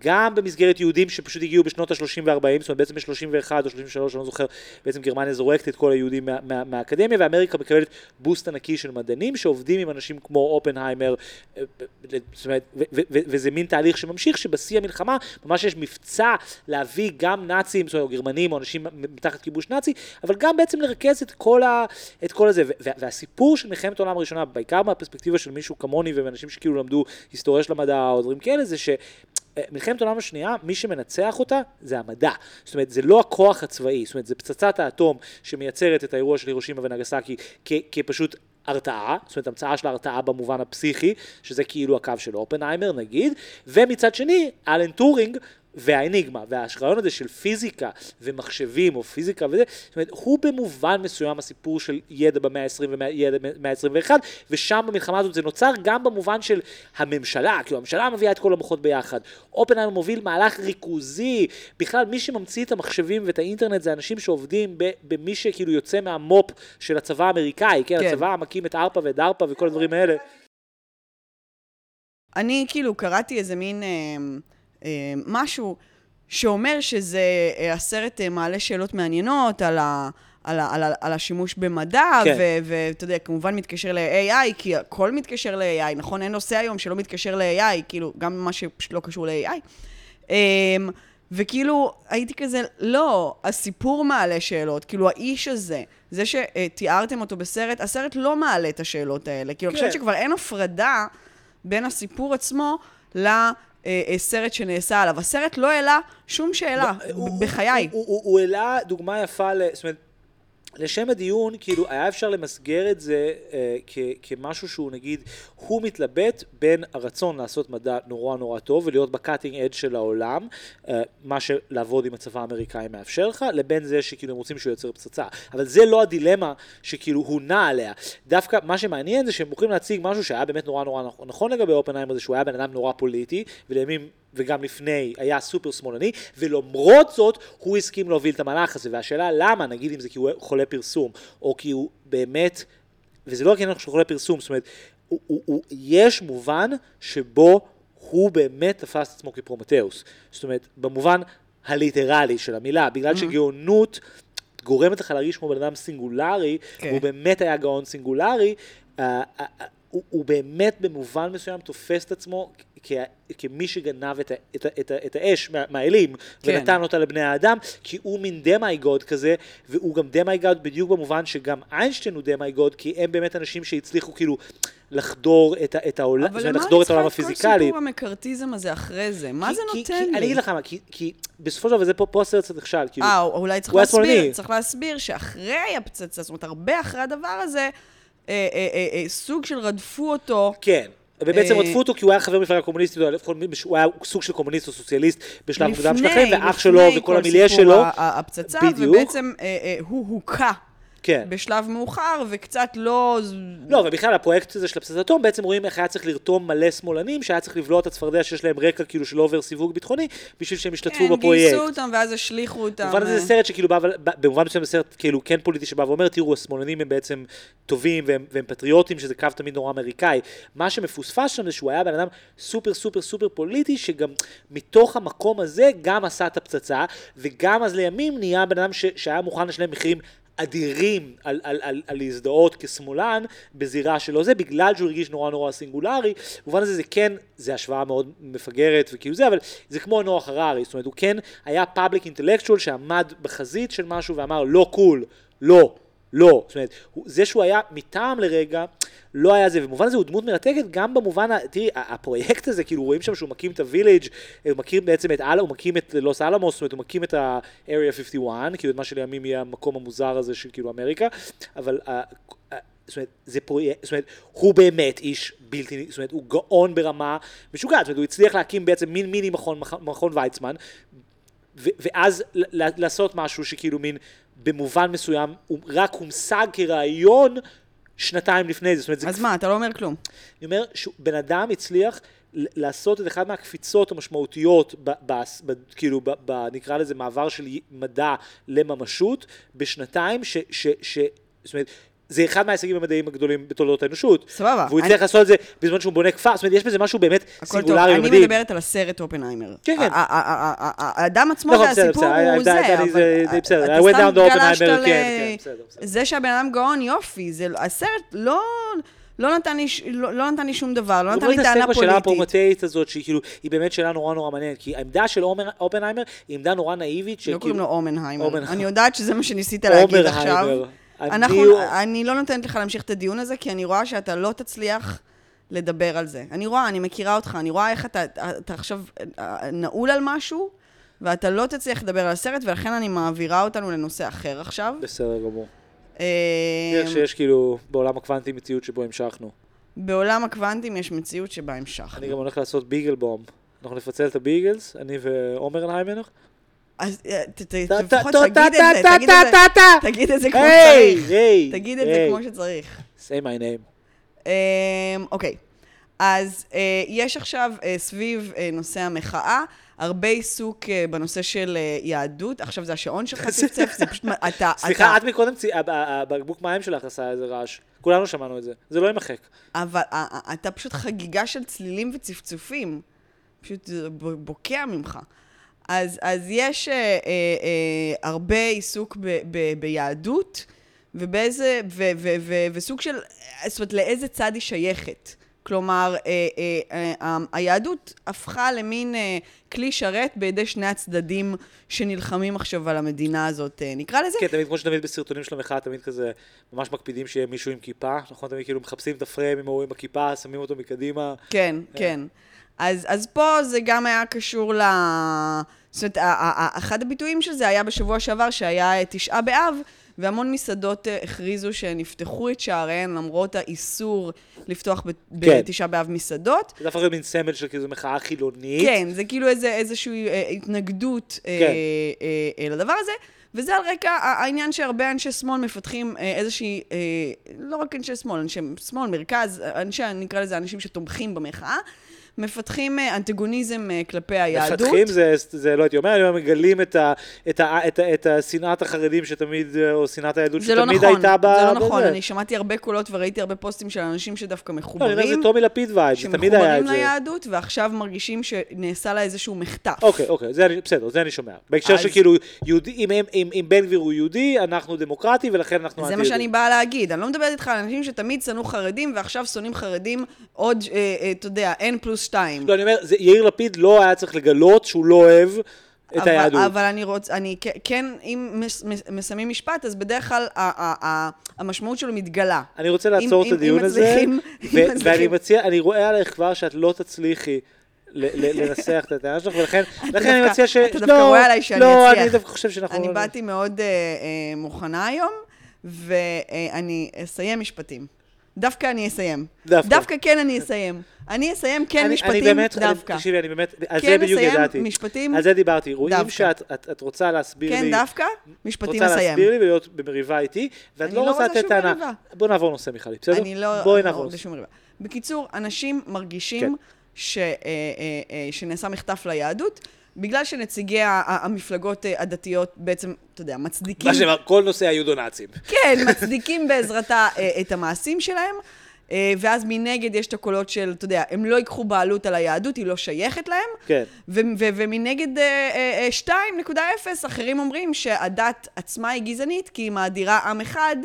B: גם במסגרת יהודים שפשוט הגיעו בשנות ה-30 ו-40, זאת אומרת בעצם ב-31 או 33, אני לא זוכר, בעצם גרמניה זורקת את כל היהודים מה, מה, מהאקדמיה, ואמריקה מקבלת בוסט ענקי של מדענים שעובדים עם אנשים כמו אופנהיימר, אה, אה, זאת אומרת, ו- ו- ו- וזה מין תהליך שממשיך, שבשיא המלחמה ממש יש מבצע להביא גם נאצים, זאת אומרת, או גרמנים או אנשים מתחת כיבוש נאצי, אבל גם בעצם לרכז את כל, ה, את כל הזה. ו- וה- והסיפור של מלחמת העולם הראשונה, בעיקר מהפרספקטיבה של מישהו כמוני ומאנשים שכאילו למדו היסטוריה של המדע או דברים כאלה, זה ש... אה, מלחמת העולם השנייה, מי שמנצח אותה זה המדע. זאת אומרת, זה לא הכוח הצבאי, זאת אומרת, זה פצצת האטום שמייצרת את האירוע של הירושימה ונגסקי כ- כפשוט הרתעה, זאת אומרת המצאה של ההרתעה במובן הפסיכי, שזה כאילו הקו של אופנהיימר נגיד, ומצד שני, אלן טורינג והאניגמה, והרעיון הזה של פיזיקה ומחשבים או פיזיקה וזה, זאת אומרת, הוא במובן מסוים הסיפור של ידע במאה ה-20 וידע במאה ה-21, ושם במלחמה הזאת זה נוצר גם במובן של הממשלה, כאילו הממשלה מביאה את כל המוחות ביחד. אופנהיימר מוביל מהלך ריכוזי, בכלל מי שממציא את המחשבים ואת האינטרנט זה אנשים שעובדים ב- במי שכאילו יוצא מהמו"פ של הצבא האמריקאי, כן,
C: כן.
B: הצבא מקים את ארפא ואת דרפא וכל הדברים האלה.
C: אני כאילו קראתי איזה מין אה, אה, משהו שאומר שזה אה, הסרט אה, מעלה שאלות מעניינות על ה... על, ה, על, ה, על השימוש במדע,
B: כן.
C: כן. ואתה יודע, כמובן מתקשר ל-AI, כי הכל מתקשר ל-AI, נכון? אין נושא היום שלא מתקשר ל-AI, כאילו, גם מה שפשוט לא קשור ל-AI. אמ, וכאילו, הייתי כזה, לא, הסיפור מעלה שאלות, כאילו, האיש הזה, זה שתיארתם אותו בסרט, הסרט לא מעלה את השאלות האלה. כאילו, אני
B: כן.
C: חושבת שכבר אין הפרדה בין הסיפור עצמו לסרט שנעשה עליו. הסרט לא העלה שום שאלה,
B: לא, אה, הוא-
C: ב- בחיי.
B: הוא- הוא הוא העלה דוגמה יפה, ל- זאת אומרת, לשם הדיון, כאילו, היה אפשר למסגר את זה אה, כ- כמשהו שהוא נגיד, הוא מתלבט בין הרצון לעשות מדע נורא נורא טוב ולהיות בקאטינג אד של העולם, אה, מה שלעבוד עם הצבא האמריקאי מאפשר לך, לבין זה שכאילו הם רוצים שהוא יוצר פצצה. אבל זה לא הדילמה שכאילו הוא נע עליה. דווקא מה שמעניין זה שהם הולכים להציג משהו שהיה באמת נורא נורא נכון- נכון לגבי אופנהיימר, זה שהוא היה בן אדם נורא פוליטי, ולימים... וגם לפני היה סופר שמאלני, ולמרות זאת הוא הסכים להוביל את המהלך הזה, והשאלה למה, נגיד אם זה כי הוא חולה פרסום, או כי הוא באמת, וזה לא רק עניין של חולה פרסום, זאת אומרת, הוא, הוא, הוא, יש מובן שבו הוא באמת תפס את עצמו כפרומטאוס, זאת אומרת, במובן הליטרלי של המילה, בגלל שגאונות גורמת לך להרגיש כמו בן אדם סינגולרי,
C: כן.
B: והוא באמת היה גאון סינגולרי, אה, אה, אה, הוא, הוא באמת במובן מסוים תופס את עצמו כ, כמי שגנב את, ה, את, ה, את, ה, את האש מה, מהאלים,
C: כן.
B: ונתן אותה לבני האדם, כי הוא מין דמייגוד כזה, והוא גם דמייגוד בדיוק במובן שגם איינשטיין הוא דמייגוד, כי הם באמת אנשים שהצליחו כאילו לחדור את, ה- את העולם, זאת
C: אבל
B: אומרת,
C: למה
B: לחדור
C: אני
B: את העולם
C: צריכה את כל
B: הפיזיקלי.
C: סיפור המקארתיזם הזה אחרי זה? מה
B: כי-
C: זה
B: כי-
C: נותן
B: כי- אני
C: לי?
B: אגיד לך מה, כי- כי בסופו של דבר, וזה פה פה הסרט קצת נכשל, כאילו,
C: אה, אולי צריך
B: הוא היה שמאלני.
C: להסביר, צריך להסביר שאחרי הפצצה, זאת אומרת, הרבה אחרי הדבר הזה, אה, אה, אה, אה, סוג של רדפו אותו.
B: כן. ובעצם
C: אה,
B: רדפו אותו כי הוא היה חבר מפלגה קומוניסטית, או לפחות מי- הוא היה סוג של קומוניסט או סוציאליסט בשלב מוקדם של החיים, ואח שלו
C: לפני
B: וכל
C: כל
B: המיליה
C: סיפור
B: שלו.
C: ה- ה- הפצצה,
B: בדיוק.
C: ובעצם אה, אה, הוא הוכה
B: כן.
C: בשלב מאוחר, וקצת לא...
B: לא, ובכלל הפרויקט הזה של הפצצת אטום, בעצם רואים איך היה צריך לרתום מלא שמאלנים, שהיה צריך לבלוע את הצפרדע שיש להם רקע כאילו שלא עובר סיווג ביטחוני, בשביל שהם ישתתפו
C: כן,
B: בפרויקט.
C: גייסו אותם ואז השליכו אותם.
B: במובן הזה
C: אה.
B: זה סרט שכאילו בא, אבל- ב- במובן מסוים זה סרט כאילו כן פוליטי שבא ואומר, תראו, השמאלנים הם בעצם טובים והם, והם פטריוטים, שזה קו תמיד נורא אמריקאי. מה שמפוספס שם זה שהוא היה בן אדם סופר סופר סופר פוליטי, שגם מתוך המקום הזה גם עשה את הפצצה, וגם אז לימים נהיה בן אדם ש, שהיה מוכן לשלם מחירים. אדירים על, על, על, על להזדהות כשמאלן בזירה שלא זה, בגלל שהוא הרגיש נורא נורא סינגולרי. במובן הזה זה כן, זה השוואה מאוד מפגרת וכאילו זה, אבל זה כמו נוח הררי, זאת אומרת הוא כן היה פאבליק אינטלקטואל שעמד בחזית של משהו ואמר לא קול, לא, לא. זאת אומרת, הוא- זה שהוא היה מטעם לרגע, לא היה זה, ובמובן הזה הוא דמות מרתקת גם במובן, ה- תראי, ה- הפרויקט הזה, כאילו רואים שם שהוא מקים את הוויליג', הוא מקים בעצם את אלה, הוא מקים את לוס אלמוס, זאת אומרת, הוא מקים את ה-Area 51, כאילו את מה שלימים יהיה המקום המוזר הזה של כאילו אמריקה, אבל ה- ה- זאת אומרת, זה פרויקט, זאת אומרת, הוא באמת איש בלתי, זאת אומרת, הוא גאון ברמה משוגעת, זאת אומרת, הוא הצליח להקים בעצם מין מיני מכון, מכון ויצמן, ו- ואז ל- ל- לעשות משהו שכאילו מין במובן מסוים הוא רק הומשג כרעיון שנתיים לפני זה. זאת אומרת, זה
C: אז מה, אתה לא אומר כלום.
B: אני אומר שבן אדם הצליח ל- לעשות את אחת מהקפיצות המשמעותיות, ב, ב, ב, כאילו, ב, ב, נקרא לזה מעבר של י- מדע לממשות, בשנתיים, ש... ש, ש זאת אומרת, זה אחד מההישגים המדעיים הגדולים בתולדות האנושות.
C: סבבה,
B: והוא
C: אני-
B: הצליח לעשות את זה בזמן שהוא בונה כפר, זאת אומרת, יש בזה משהו באמת
C: הכל טוב,
B: סינגולרי
C: אני
B: ומדהים.
C: מדברת על הסרט אופנהיימר.
B: כן, כן.
C: ה- ה- ה- ה- ה- האדם עצמו
B: נכון, בסדר,
C: והסיפור
B: בסדר, אה,
C: הוא
B: העמדה- העמדה
C: זה,
B: היא זה-
C: אבל
B: זה בסדר. I
C: אתה
B: went
C: סתם
B: down to
C: גלשת
B: Oppenheimer,
C: ל-
B: כן, כן, בסדר, בסדר.
C: זה שהבן אדם גאון, יופי, זה- הסרט לא... לא נתן, לי, ש- לא, לא נתן לי שום דבר, לא נתן לי טענה
B: בוא נתעסק בשאלה
C: פוליטית.
B: הפרומטאית הזאת, שהיא כאילו, היא באמת שאלה נורא נורא מעניינת, כי העמדה של עומר- אופנהיימר היא עמדה נורא נאיבית,
C: לא קוראים לו
B: אומנהיימר.
C: אומנהיימר. אני יודעת שזה מה שניסית להגיד
B: אומנהיימר.
C: עכשיו.
B: אני-
C: אנחנו, אני לא נותנת לך להמשיך את הדיון הזה, כי אני רואה שאתה לא תצליח לדבר על זה. אני רואה, אני מכירה אותך, אני רואה איך אתה, אתה עכשיו אה, נעול על משהו, ואתה לא תצליח לדבר על הסרט, ולכן אני מעבירה אותנו לנושא אחר עכשיו.
B: בסדר גמור.
C: אה,
B: נראה שיש כאילו בעולם הקוונטי מציאות שבו המשכנו.
C: בעולם הקוונטים יש מציאות שבה המשכנו.
B: אני גם הולך לעשות ביגל בום. אנחנו נפצל את הביגלס, אני ואומרנהיימר.
C: אז אה, ת- ת-
B: טה,
C: לפחות
B: טה,
C: תגיד את זה,
B: טה, טה,
C: תגיד את
B: טה,
C: זה,
B: טה.
C: תגיד את זה כמו
B: היי,
C: שצריך.
B: היי,
C: תגיד את זה
B: היי.
C: כמו שצריך.
B: say my name.
C: אמ, אוקיי, אז אה, יש עכשיו אה, סביב אה, נושא המחאה הרבה עיסוק אה, בנושא של אה, יהדות. עכשיו זה השעון שלך צפצף, זה פשוט... מה- אתה...
B: סליחה,
C: אה, אתה-
B: את מקודם, צי- הב- ה- הבקבוק מים שלך עשה איזה רעש. כולנו שמענו את זה. זה לא יימחק.
C: אבל אה, אה, אתה פשוט חגיגה של צלילים וצפצופים. פשוט זה ב- בוקע ממך. אז, אז יש אה, אה, אה, הרבה עיסוק ב, ב, ביהדות, ובאיזה, ו, ו, ו, וסוג של, אה, זאת אומרת, לאיזה צד היא שייכת. כלומר, אה, אה, אה, ה- היהדות הפכה למין אה, כלי שרת בידי שני הצדדים שנלחמים עכשיו על המדינה הזאת, אה, נקרא לזה.
B: כן, תמיד, כמו שתמיד בסרטונים של המחאה, תמיד כזה, ממש מקפידים שיהיה מישהו עם כיפה, נכון? תמיד כאילו מחפשים את הפריים עם ההוא עם הכיפה, שמים אותו מקדימה.
C: כן, כן. אז, אז פה זה גם היה קשור ל... זאת אומרת, ה- ה- ה- אחד הביטויים של זה היה בשבוע שעבר, שהיה אה, תשעה באב, והמון מסעדות אה, הכריזו שהן יפתחו את שעריהן, למרות האיסור לפתוח ב-
B: כן.
C: בתשעה באב מסעדות.
B: זה הפך להיות מין סמל של כאילו מחאה חילונית.
C: כן, זה כאילו איזה, איזושהי אה, התנגדות אה,
B: כן.
C: אה, אה, לדבר הזה, וזה על רקע ה- העניין שהרבה אנשי שמאל מפתחים אה, איזושהי, אה, לא רק אנשי שמאל, אנשי שמאל, מרכז, אנשי, נקרא לזה אנשים שתומכים במחאה, מפתחים אה, אנטגוניזם אה, כלפי היהדות.
B: מפתחים זה, זה לא הייתי אומר, אני אומר, מגלים את, ה, את, ה, את, ה, את השנאת החרדים שתמיד, או שנאת היהדות
C: זה לא
B: שתמיד
C: נכון,
B: הייתה ב...
C: זה לא נכון,
B: בזה.
C: אני שמעתי הרבה קולות וראיתי הרבה פוסטים של אנשים שדווקא
B: לא, אני אומר, זה
C: מחוברים,
B: טומי לפיד וייב, זה תמיד היה את
C: שמחוברים
B: זה.
C: ליהדות, ועכשיו מרגישים שנעשה לה איזשהו מחטף.
B: אוקיי, אוקיי, זה אני, בסדר, זה אני שומע. בהקשר
C: אז-
B: שכאילו, יהודי, אם, הם- אם, אם בן גביר הוא יהודי, אנחנו דמוקרטי, ולכן אנחנו
C: זה מה שאני באה להגיד. אני לא מדברת איתך על אנשים שתמיד שנאו חרדים, ועכשיו שונאים חרדים עוד, אה, אה, אתה יודע, n פלוס 2.
B: לא, אני אומר, זה, יאיר לפיד לא היה צריך לגלות שהוא לא אוהב את היהדות.
C: אבל אני רוצה, אני כ- כן, אם מס- מס- מסיימים משפט, אז בדרך כלל ה- ה- ה- המשמעות שלו מתגלה.
B: אני רוצה לעצור
C: אם-
B: את
C: אם-
B: הדיון
C: אם
B: הזה,
C: מצליחים-
B: ו-
C: אם מצליחים.
B: ואני מציע, אני רואה עלייך כבר שאת לא תצליחי. ל- ל- לנסח את הטענה שלך, ולכן לכן אני
C: דווקא-
B: מציע ש...
C: אתה דווקא
B: לא,
C: רואה עליי שאני
B: לא,
C: אצליח.
B: אני דווקא חושב שאנחנו...
C: אני
B: לא-
C: באתי מאוד אה, אה, מוכנה היום, ואני אסיים משפטים. דווקא אני אסיים.
B: דווקא.
C: דווקא כן אני אסיים. אני אסיים כן
B: אני- אני
C: משפטים
B: באמת- אני-
C: דווקא.
B: תקשיבי, אני באמת, על
C: כן
B: זה בדיוק
C: לסיים,
B: ידעתי.
C: משפטים
B: על זה דיברתי. רואים
C: דווקא.
B: שאת את- את רוצה להסביר לי...
C: כן דווקא, משפטים
B: רוצה
C: אסיים.
B: להסביר לי ולהיות במריבה איתי, ואת
C: אני
B: לא
C: לא
B: רוצה
C: רוצה
B: לתת
C: שום מריבה.
B: טענה. בוא נעבור נושא, מיכלי, בסדר?
C: אני לא...
B: בואי כן.
C: אני לא
B: נעבור.
C: בשום ריבה. בקיצור, אנשים מרגישים ש, אה, אה, אה, שנעשה מחטף ליהדות, בגלל שנציגי ה- ה- המפלגות אה, הדתיות בעצם, אתה יודע, מצדיקים...
B: מה שאמר, כל נושא היו דונאצים.
C: כן, מצדיקים בעזרתה אה, את המעשים שלהם. אה, ואז מנגד יש את הקולות של, אתה יודע, הם לא ייקחו בעלות על היהדות, היא לא שייכת להם.
B: כן.
C: ו- ו- ומנגד אה, אה, אה, 2.0, אחרים אומרים שהדת עצמה היא גזענית, כי היא מאדירה עם אחד,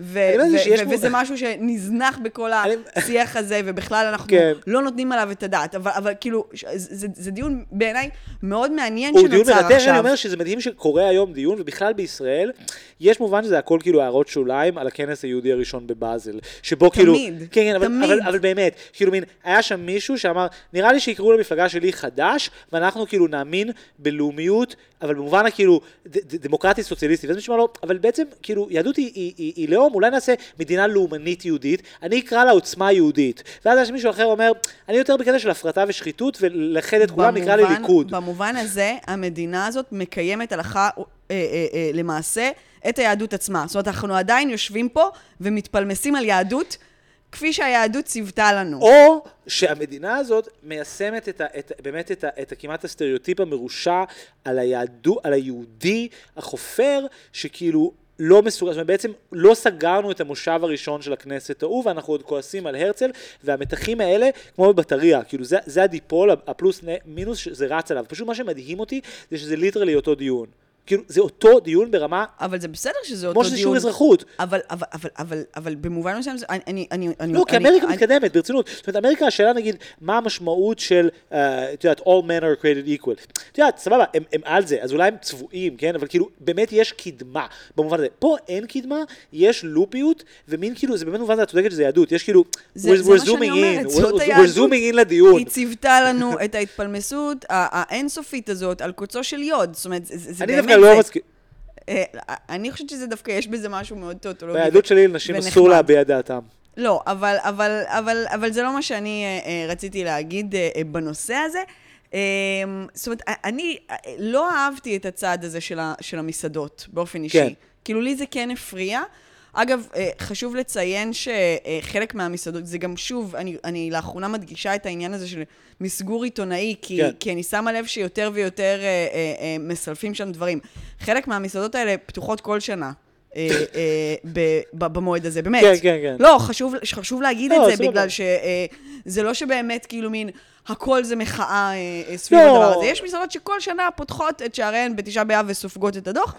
C: ו-
B: אני לא יודע
C: ו-
B: שיש
C: ו-
B: פה-
C: וזה משהו שנזנח בכל
B: אני-
C: השיח הזה, ובכלל אנחנו
B: כן.
C: לא נותנים עליו את הדעת. אבל, אבל כאילו, ש- זה, זה, זה דיון בעיניי מאוד מעניין
B: הוא דיון
C: שנוצר
B: מרתק, אני
C: עכשיו.
B: אומר שזה מדהים שקורה היום דיון, ובכלל בישראל, יש מובן שזה הכל כאילו הערות שוליים על הכנס היהודי הראשון בבאזל. שבו כאילו...
C: תמיד,
B: כן, כן, אבל-
C: תמיד.
B: אבל- אבל באמת, כאילו מין, היה שם מישהו שאמר, נראה לי שיקראו למפלגה שלי חדש, ואנחנו כאילו נאמין בלאומיות, אבל במובן הכאילו ד- ד- דמוקרטי סוציאליסטי. ואז מישהו אמר לו, אבל בעצם, כאילו, יהדות היא- היא היא- היא לאום, אולי נעשה מדינה לאומנית יהודית, אני אקרא לה עוצמה יהודית. ואז יש מישהו אחר אומר, אני יותר בקטע של הפרטה ושחיתות, ולאחד את כולם נקרא לי
C: במובן-
B: ליכוד.
C: במובן הזה, המדינה הזאת מקיימת הלכה אה, אה, אה, למעשה את היהדות עצמה. זאת אומרת, אנחנו עדיין יושבים פה ומתפלמסים על יהדות, כפי שהיהדות ציוותה לנו.
B: או שהמדינה הזאת מיישמת את ה, את, באמת את, ה, את ה, כמעט הסטריאוטיפ המרושע על, היהדו, על היהודי החופר, שכאילו לא מסוגל, זאת אומרת, בעצם לא סגרנו את המושב הראשון של הכנסת ההוא, ואנחנו עוד כועסים על הרצל, והמתחים האלה, כמו בבטריה, כאילו זה, זה הדיפול, הפלוס נ- מינוס שזה רץ עליו. פשוט מה שמדהים אותי, זה שזה ליטרלי אותו דיון. כאילו, זה אותו דיון ברמה,
C: אבל זה בסדר שזה אותו
B: כמו
C: דיון.
B: שזה שיעור אזרחות.
C: אבל, אבל, אבל, אבל, אבל במובן מסוים זה... אני, אני, אני... אני-
B: לא, כי
C: אני-
B: אמריקה
C: אני-
B: מתקדמת, ברצינות. זאת אומרת, אמריקה, השאלה נגיד, מה המשמעות של, אה, את יודעת, all men are created equal. את יודעת, סבבה, הם, הם על זה, אז אולי הם צבועים, כן? אבל כאילו, באמת יש קדמה, במובן הזה. פה אין קדמה, יש לופיות, ומין כאילו, זה באמת במובן הזה, את צודקת שזה יהדות. יש כאילו,
C: זה- זה מה שאני
B: zooming
C: אומרת,
B: in,
C: זאת
B: we're-
C: היהדות.
B: we're zooming in לדיון.
C: היא ציוותה לנו את ההתפלמסות ה- האינסופית הזאת על קוצו של יוד. זאת אומרת, זה, זה
B: אני
C: באמת...
B: דווקא לא
C: זה-
B: מסכים.
C: אה, אני חושבת שזה דווקא, יש בזה משהו מאוד טוטולוגי.
B: ביהדות שלי לנשים
C: ונחמד.
B: אסור להביע דעתם.
C: לא, אבל, אבל, אבל, אבל זה לא מה שאני אה, אה, רציתי להגיד אה, אה, בנושא הזה. אה, זאת אומרת, אה, אני אה, לא אהבתי את הצעד הזה של, ה, של המסעדות באופן אישי.
B: כן.
C: כאילו, לי זה כן הפריע. אגב, אה, חשוב לציין שחלק מהמסעדות, זה גם שוב, אני, אני לאחרונה מדגישה את העניין הזה של מסגור עיתונאי, כי,
B: כן.
C: כן. כי אני שמה לב שיותר ויותר אה, אה, אה, מסלפים שם דברים. חלק מהמסעדות האלה פתוחות כל שנה. אה, אה, ב- ב- במועד הזה, באמת.
B: כן, כן, כן.
C: לא, חשוב, חשוב להגיד
B: לא,
C: את זה,
B: סבבה.
C: בגלל שזה לא שבאמת כאילו מין, הכל זה מחאה אה, אה, סביב
B: לא.
C: הדבר הזה. יש מסעדות שכל שנה פותחות את שעריהן בתשעה באב וסופגות את הדוח,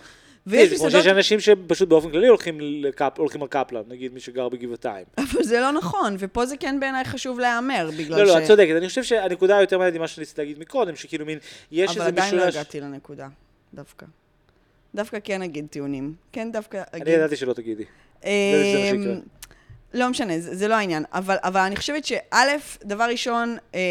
C: ויש
B: כמו שיש
C: מסעדות,
B: אנשים שפשוט באופן כללי הולכים לקפ- הולכים על קפלן, נגיד מי שגר בגבעתיים.
C: אבל זה לא נכון, ופה זה כן בעיניי חשוב להיאמר, בגלל
B: לא,
C: ש...
B: לא, את צודקת. אני חושב שהנקודה היותר מעניינת היא מה שניסיתי להגיד מקודם, שכאילו מין, יש
C: אבל
B: איזה משולש...
C: עדיין לא הגעתי לנקודה, דווקא. דווקא כן אגיד טיעונים. כן דווקא אגיד...
B: אני ידעתי שלא תגידי. זה מה שיקרה.
C: אמ, לא משנה, זה, זה לא העניין. אבל, אבל אני חושבת שא', דבר ראשון, אה, אה,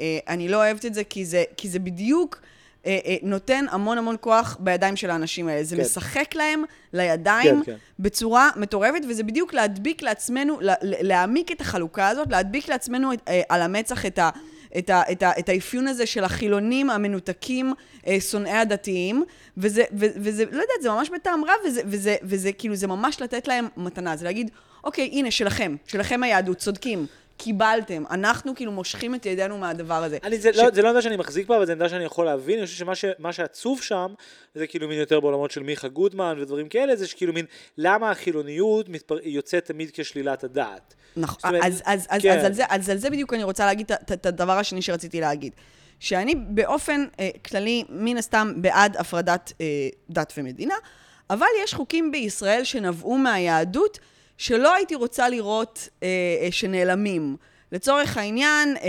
C: אה, אני לא אוהבת את זה, כי זה, כי זה בדיוק אה, אה, נותן המון המון כוח בידיים של האנשים האלה. זה
B: כן.
C: משחק להם לידיים
B: כן, כן.
C: בצורה מטורפת, וזה בדיוק להדביק לעצמנו, לה, להעמיק את החלוקה הזאת, להדביק לעצמנו את, אה, על המצח את ה... את, ה, את, ה, את האפיון הזה של החילונים המנותקים, אה, שונאי הדתיים, וזה, ו, וזה, לא יודעת, זה ממש בטעם רע, וזה, וזה, וזה כאילו, זה ממש לתת להם מתנה, זה להגיד, אוקיי, הנה, שלכם, שלכם היהדות, צודקים, קיבלתם, אנחנו כאילו מושכים את ידינו מהדבר הזה.
B: אני, זה, ש... לא, זה לא עמדה שאני מחזיק בה, אבל זו עמדה שאני יכול להבין. אני חושב שמה ש, מה שעצוב שם, זה כאילו מין יותר בעולמות של מיכה גודמן ודברים כאלה, זה שכאילו מין, למה החילוניות מתפר... יוצאת תמיד כשלילת הדעת. זאת
C: נכון,
B: אומרת,
C: אז, אז, אז,
B: כן.
C: אז, על זה, אז על זה בדיוק אני רוצה להגיד את- את- את הדבר השני שרציתי להגיד. שאני באופן אה, כללי, מן הסתם, בעד הפרדת אה, דת ומדינה, אבל יש חוקים בישראל שנבעו מהיהדות, שלא הייתי רוצה לראות אה, אה, שנעלמים. לצורך העניין, אה, אה,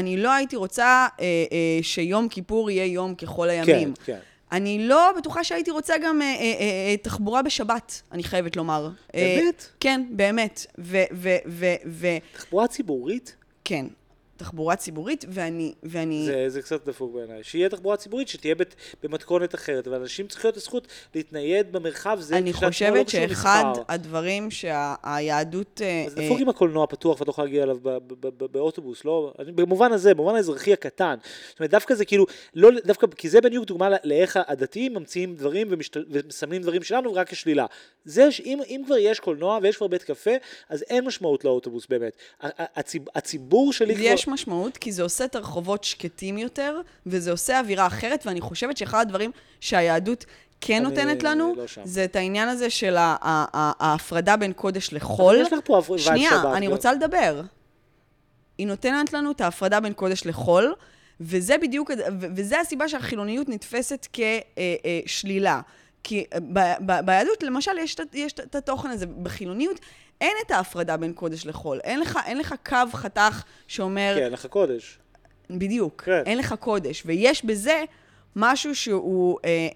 C: אני לא הייתי רוצה אה, אה, שיום כיפור יהיה יום ככל הימים.
B: כן, כן.
C: אני לא בטוחה שהייתי רוצה גם אה, אה, אה, אה, תחבורה בשבת, אני חייבת לומר. אה,
B: באמת?
C: כן, באמת. ו... ו... ו... ו...
B: תחבורה ציבורית,
C: כן. תחבורה ציבורית, ואני... ואני...
B: זה, זה קצת דפוק בעיניי. שיהיה תחבורה ציבורית, שתהיה בת, במתכונת אחרת, ואנשים צריכים להיות הזכות להתנייד במרחב, זה
C: אני
B: כשלעצמו לא
C: חושבת
B: קשור
C: שאחד
B: למסחר.
C: הדברים אה, שהיהדות...
B: אז דפוק עם הקולנוע פתוח ואת לא יכולה להגיע אליו ב- ב- ב- באוטובוס, לא? אני- במובן הזה, במובן האזרחי הקטן. זאת אומרת, דווקא זה כאילו, לא, דווקא, כי זה בדיוק דוגמה ל- לאיך הדתיים ממציאים דברים ומשת, ומסמנים דברים שלנו רק כשלילה. זה שאם אם כבר יש קולנוע ויש כבר בית קפה, אז אין משמעות לאוטובוס באמת. ה- ה- הציב- הציבור שלי כבר...
C: יש משמעות, כי זה עושה את הרחובות שקטים יותר, וזה עושה אווירה אחרת, ואני חושבת שאחד הדברים שהיהדות כן
B: אני-
C: נותנת לנו,
B: לא שם.
C: זה את העניין הזה של ה- ה- ה- ההפרדה בין קודש לחול.
B: אבל יש לך פה הפרדה שבת. כן.
C: שנייה, אני
B: גם.
C: רוצה לדבר. היא נותנת לנו את ההפרדה בין קודש לחול, וזה בדיוק, הד- ו- וזה הסיבה שהחילוניות נתפסת כשלילה. כי אה, ב- ב- ביהדות, למשל, יש את ה- יש את ה- את התוכן הזה. בחילוניות אין את ההפרדה בין קודש לחול. אין לך, אין לך קו חתך שאומר,
B: כן, לך קודש.
C: בדיוק.
B: כן.
C: כן. אין לך קודש. ויש בזה משהו שהוא... אה, אה,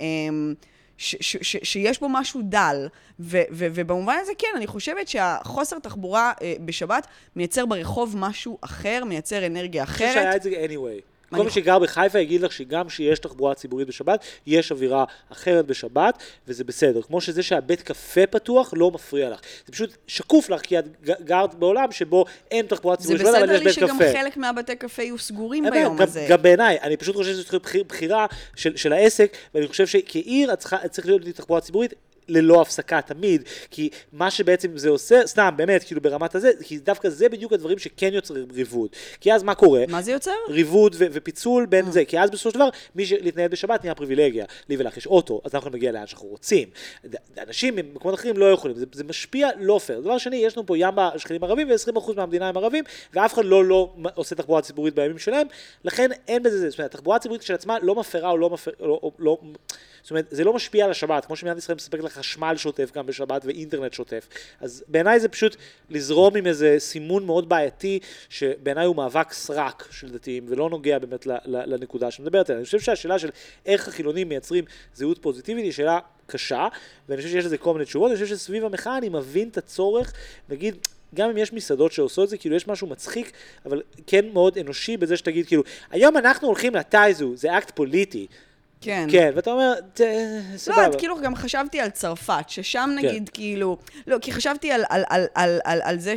C: ש, ש, ש, שיש בו משהו דל, ו, ו, ובמובן הזה כן, אני חושבת שהחוסר תחבורה אה, בשבת מייצר ברחוב משהו אחר, מייצר אנרגיה
B: אני חושב שהיה
C: אחרת.
B: את זה anyway. כל
C: אני
B: מי
C: חו-
B: שגר בחיפה יגיד לך שגם שיש תחבורה ציבורית בשבת, יש אווירה אחרת בשבת, וזה בסדר. כמו שזה שהבית קפה פתוח לא מפריע לך. זה פשוט שקוף לך, כי את ג- גרת בעולם שבו אין תחבורה
C: זה
B: ציבורית בשבת, אבל
C: בסדר
B: יש
C: לי
B: בית
C: שגם
B: קפה.
C: חלק מהבתי קפה יהיו סגורים
B: אין בעיה,
C: ביום
B: גם-
C: הזה.
B: גם בעיניי, אני פשוט חושב שזו צריכה להיות בחיר- בחירה של של העסק, ואני חושב שכעיר את צריכה- את צריך להיות לי תחבורה ציבורית. ללא הפסקה תמיד, כי מה שבעצם זה עושה, סתם, באמת, כאילו ברמת הזה, כי דווקא זה בדיוק הדברים שכן יוצרים ריבוד. כי אז מה קורה?
C: מה זה יוצר? כן.
B: ריבוד ו- ופיצול בין זה, כי אז בסופו של דבר, מי שלהתנייד בשבת נהיה פריבילגיה. לי ולך יש אוטו, אז אנחנו נגיע לאן שאנחנו רוצים. ד- אנשים במקומות אחרים לא יכולים, זה, זה משפיע לא פייר. דבר שני, יש לנו פה ים השכנים ערבים ו-20% מהמדינה הם ערבים, ואף אחד לא, לא מ- עושה תחבורה ציבורית בימים שלהם, לכן אין בזה זה. זאת אומרת, התחבורה הציבורית כשלעצמה לא מפרה או לא מפרה, לא, או- לא, זאת אומרת, זה לא משפיע על השבת, כמו שמדינת ישראל מספקת לך חשמל שוטף גם בשבת ואינטרנט שוטף. אז בעיניי זה פשוט לזרום עם איזה סימון מאוד בעייתי, שבעיניי הוא מאבק סרק של דתיים, ולא נוגע באמת ל- ל- לנקודה שמדברת עליה. אני חושב שהשאלה של איך החילונים מייצרים זהות פוזיטיבית היא שאלה קשה, ואני חושב שיש לזה כל מיני תשובות, אני חושב שסביב המחאה אני מבין את הצורך, נגיד, גם אם יש מסעדות שעושות את זה, כאילו יש משהו מצחיק, אבל כן מאוד אנושי בזה שתגיד, כאילו, היום אנחנו הולכים לטייזו, זה אקט פוליטי.
C: כן.
B: כן, ואתה אומר, "ת-
C: לא,
B: סבבה.
C: את כאילו גם חשבתי על צרפת, ששם
B: כן.
C: נגיד כאילו... לא, כי חשבתי על, על, על, על, על, על זה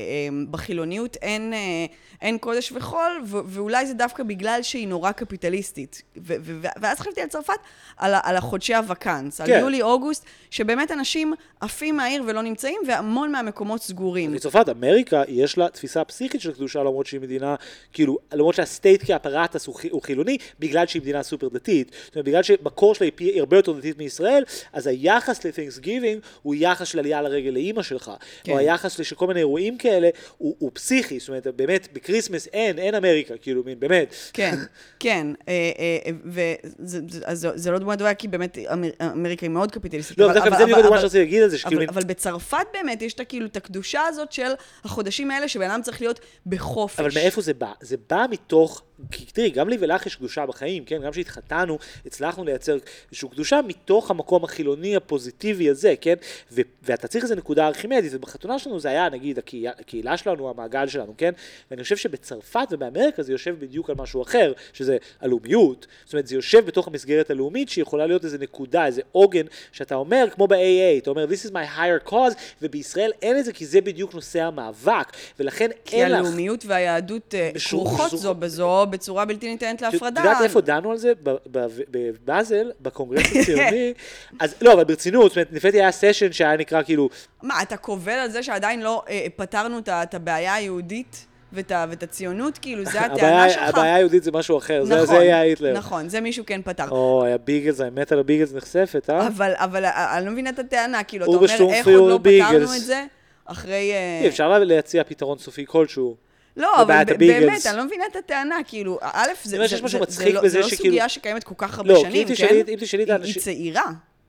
C: שבחילוניות אין, אה, אין קודש וחול, ו, ואולי זה דווקא בגלל שהיא נורא קפיטליסטית. ו, ו, ו- ואז חשבתי על צרפת, על, ה- על החודשי הוואקנס, על
B: כן.
C: יולי-אוגוסט, שבאמת אנשים עפים מהעיר ולא נמצאים, והמון מהמקומות סגורים.
B: מצרפת, אמריקה, יש לה תפיסה פסיכית של קדושה, למרות שהיא מדינה, כאילו, למרות שהסטייט כאפרטס הוא חי- הוא חילוני, בגלל שהיא מדינה סופר דתית. זאת אומרת, בגלל שבקור שלה היא פי- היא הרבה יותר דתית מישראל, אז היחס ל-thanks giving הוא יחס של עלייה לרגל לאימא שלך.
C: כן.
B: או היחס של כל מיני אירועים כאלה, הוא הוא פסיכי. זאת אומרת, באמת, בקריסמס אין, אין אמריקה, כאילו, מין, באמת.
C: כן, כן, אה, אה, וזה זה- אז זה- זה לא דוגמא דומה, כי באמת אמר- אמריקה היא מאוד קפיטליסטית.
B: לא,
C: אבל-
B: דווקא
C: אבל-
B: זה בדיוק
C: אבל-
B: הדוגמה
C: אבל-
B: שרציתי להגיד על זה, שכאילו,
C: אבל,
B: מין-
C: אבל בצרפת באמת יש את כאילו את הקדושה הזאת של החודשים האלה שבן אדם צריך להיות בחופש.
B: אבל מאיפה זה בא? זה בא מתוך, כי תראי, גם לי ולך יש קדושה בחיים, כן? גם כשהתחתנו, הצלחנו לייצר איזושהי קדושה מתוך המקום החילוני הפוזיטיבי הזה, כן? ו- ואתה צריך איזו נקודה ארכימדית, ובחתונה שלנו זה היה, נגיד, הקהילה, הקהילה שלנו, המעגל שלנו, כן? ואני חושב שבצרפת ובאמריקה זה יושב בדיוק על משהו אחר, שזה הלאומיות. זאת אומרת, זה יושב בתוך המסגרת הלאומית, שיכולה להיות איזו נקודה, איזה עוגן, שאתה אומר, כמו ב-AA, אתה אומר, This is my higher cause, ובישראל אין את זה, כי זה בדיוק נושא המאבק, ולכן
C: כי
B: אין לך...
C: הלאומיות והיהדות אה,
B: בשור-
C: כרוכות
B: בשור-
C: זו בזו בצורה בלתי ניתנת
B: את
C: להפרדה.
B: יודעת איפה דנו על זה? ב- ב- בבאזל, בקונגרס הציוני. אז לא, אבל ברצינות, זאת אומרת, לפני היה סשן שהיה נקרא כאילו,
C: מה, אתה קובל על זה שעדיין לא אה, פתרנו את ה- את הבעיה היהודית ואת ה- ואת הציונות? כאילו, זה הטענה
B: הבעיה
C: שלך?
B: הבעיה היהודית זה משהו אחר, זה
C: נכון,
B: זה היה היטלר.
C: נכון, זה מישהו כן פתר.
B: או, היה ביגלס, האמת על הביגלס נחשפת, אה?
C: אבל, אבל אה, אני לא מבינה את הטענה, כאילו, אתה
B: אורגה
C: אומר, איך
B: שטרומפי
C: עוד לא
B: וביגלס."
C: פתרנו את זה? אחרי... אה,
B: אי אפשר לה- להציע פתרון סופי כלשהו.
C: לא, אבל
B: בבעיית
C: ב-
B: הביגלס.
C: באמת, אני לא מבינה את הטענה, כאילו, א', זה-
B: אומרת
C: זה
B: שיש משהו
C: זה-
B: מצחיק
C: זה לא-
B: בזה
C: זה לא
B: שכאילו-
C: סוגיה שקיימת כל כך הרבה
B: לא, כי אם
C: שנים,
B: תשאלי-
C: כן?
B: אם תשאלי את
C: היא-
B: האנשים-
C: היא צעירה,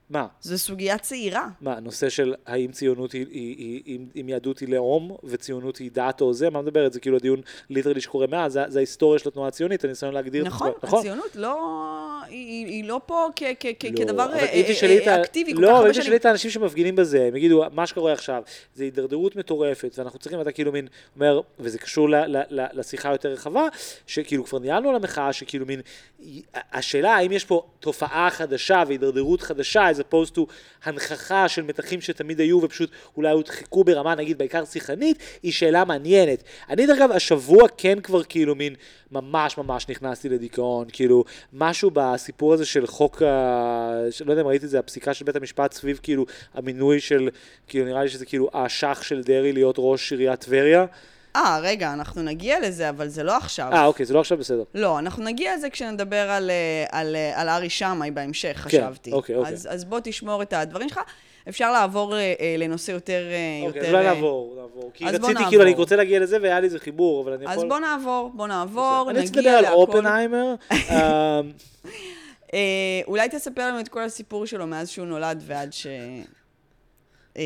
B: מה?
C: זו סוגיה צעירה.
B: מה, הנושא של האם ציונות היא, היא, היא, היא אם- אם יהדות היא לאום וציונות היא דת או זה, מה מדברת? זה כאילו הדיון ליטרלי שקורה מאז, זה, זה ההיסטוריה של התנועה הציונית, הניסיון להגדיר...
C: נכון, הציונות לא... היא- היא היא לא פה כ- כ- כ-
B: לא,
C: כדבר
B: אבל
C: אה,
B: אם
C: אה,
B: תשאלי את
C: אה,
B: ה-
C: אקטיבי כל כך
B: לא, אבל אם
C: הרבה
B: תשאלי
C: שנים.
B: את האנשים שמפגינים בזה, הם יגידו, מה שקורה עכשיו זה הידרדרות מטורפת, ואנחנו צריכים, אתה כאילו מין, אומר, וזה קשור ל- ל- ל- לשיחה היותר רחבה, שכאילו כבר ניהלנו על המחאה, שכאילו מין, היא- השאלה האם יש פה תופעה חדשה והידרדרות חדשה, as opposed to הנכחה של מתחים שתמיד היו ופשוט אולי הודחקו ברמה, נגיד, בעיקר שיחנית, היא שאלה מעניינת. אני דרך אגב, השבוע כן כבר כאילו מין, ממש ממש נכנסתי לדיכאון, כאילו, משהו בסיפור הזה של חוק, ה... של- לא יודע אם ראיתי את זה, הפסיקה של בית המשפט סביב כאילו המינוי של, כאילו נראה לי שזה כאילו האשך של דרעי להיות ראש עיריית טבריה.
C: אה, רגע, אנחנו נגיע לזה, אבל זה לא עכשיו.
B: אה, אוקיי, זה לא עכשיו בסדר.
C: לא, אנחנו נגיע לזה כשנדבר על, אה, על, אה, על ארי שמאי בהמשך, חשבתי.
B: אוקיי, אוקיי.
C: אז, אז בוא תשמור את הדברים שלך. אפשר לעבור אה, אה, לנושא יותר... אה,
B: אוקיי, אז
C: יותר
B: אולי
C: אה,
B: נעבור, נעבור. כי
C: אז בוא
B: רציתי,
C: נעבור.
B: כאילו, אני רוצה להגיע לזה והיה לי איזה חיבור, אבל אני יכול...
C: אז בוא נעבור, בוא נעבור,
B: אני
C: נגיע
B: רוצה לדבר על אופנהיימר. אה,
C: אה, אולי תספר לנו את כל הסיפור שלו מאז שהוא נולד ועד ש... אה,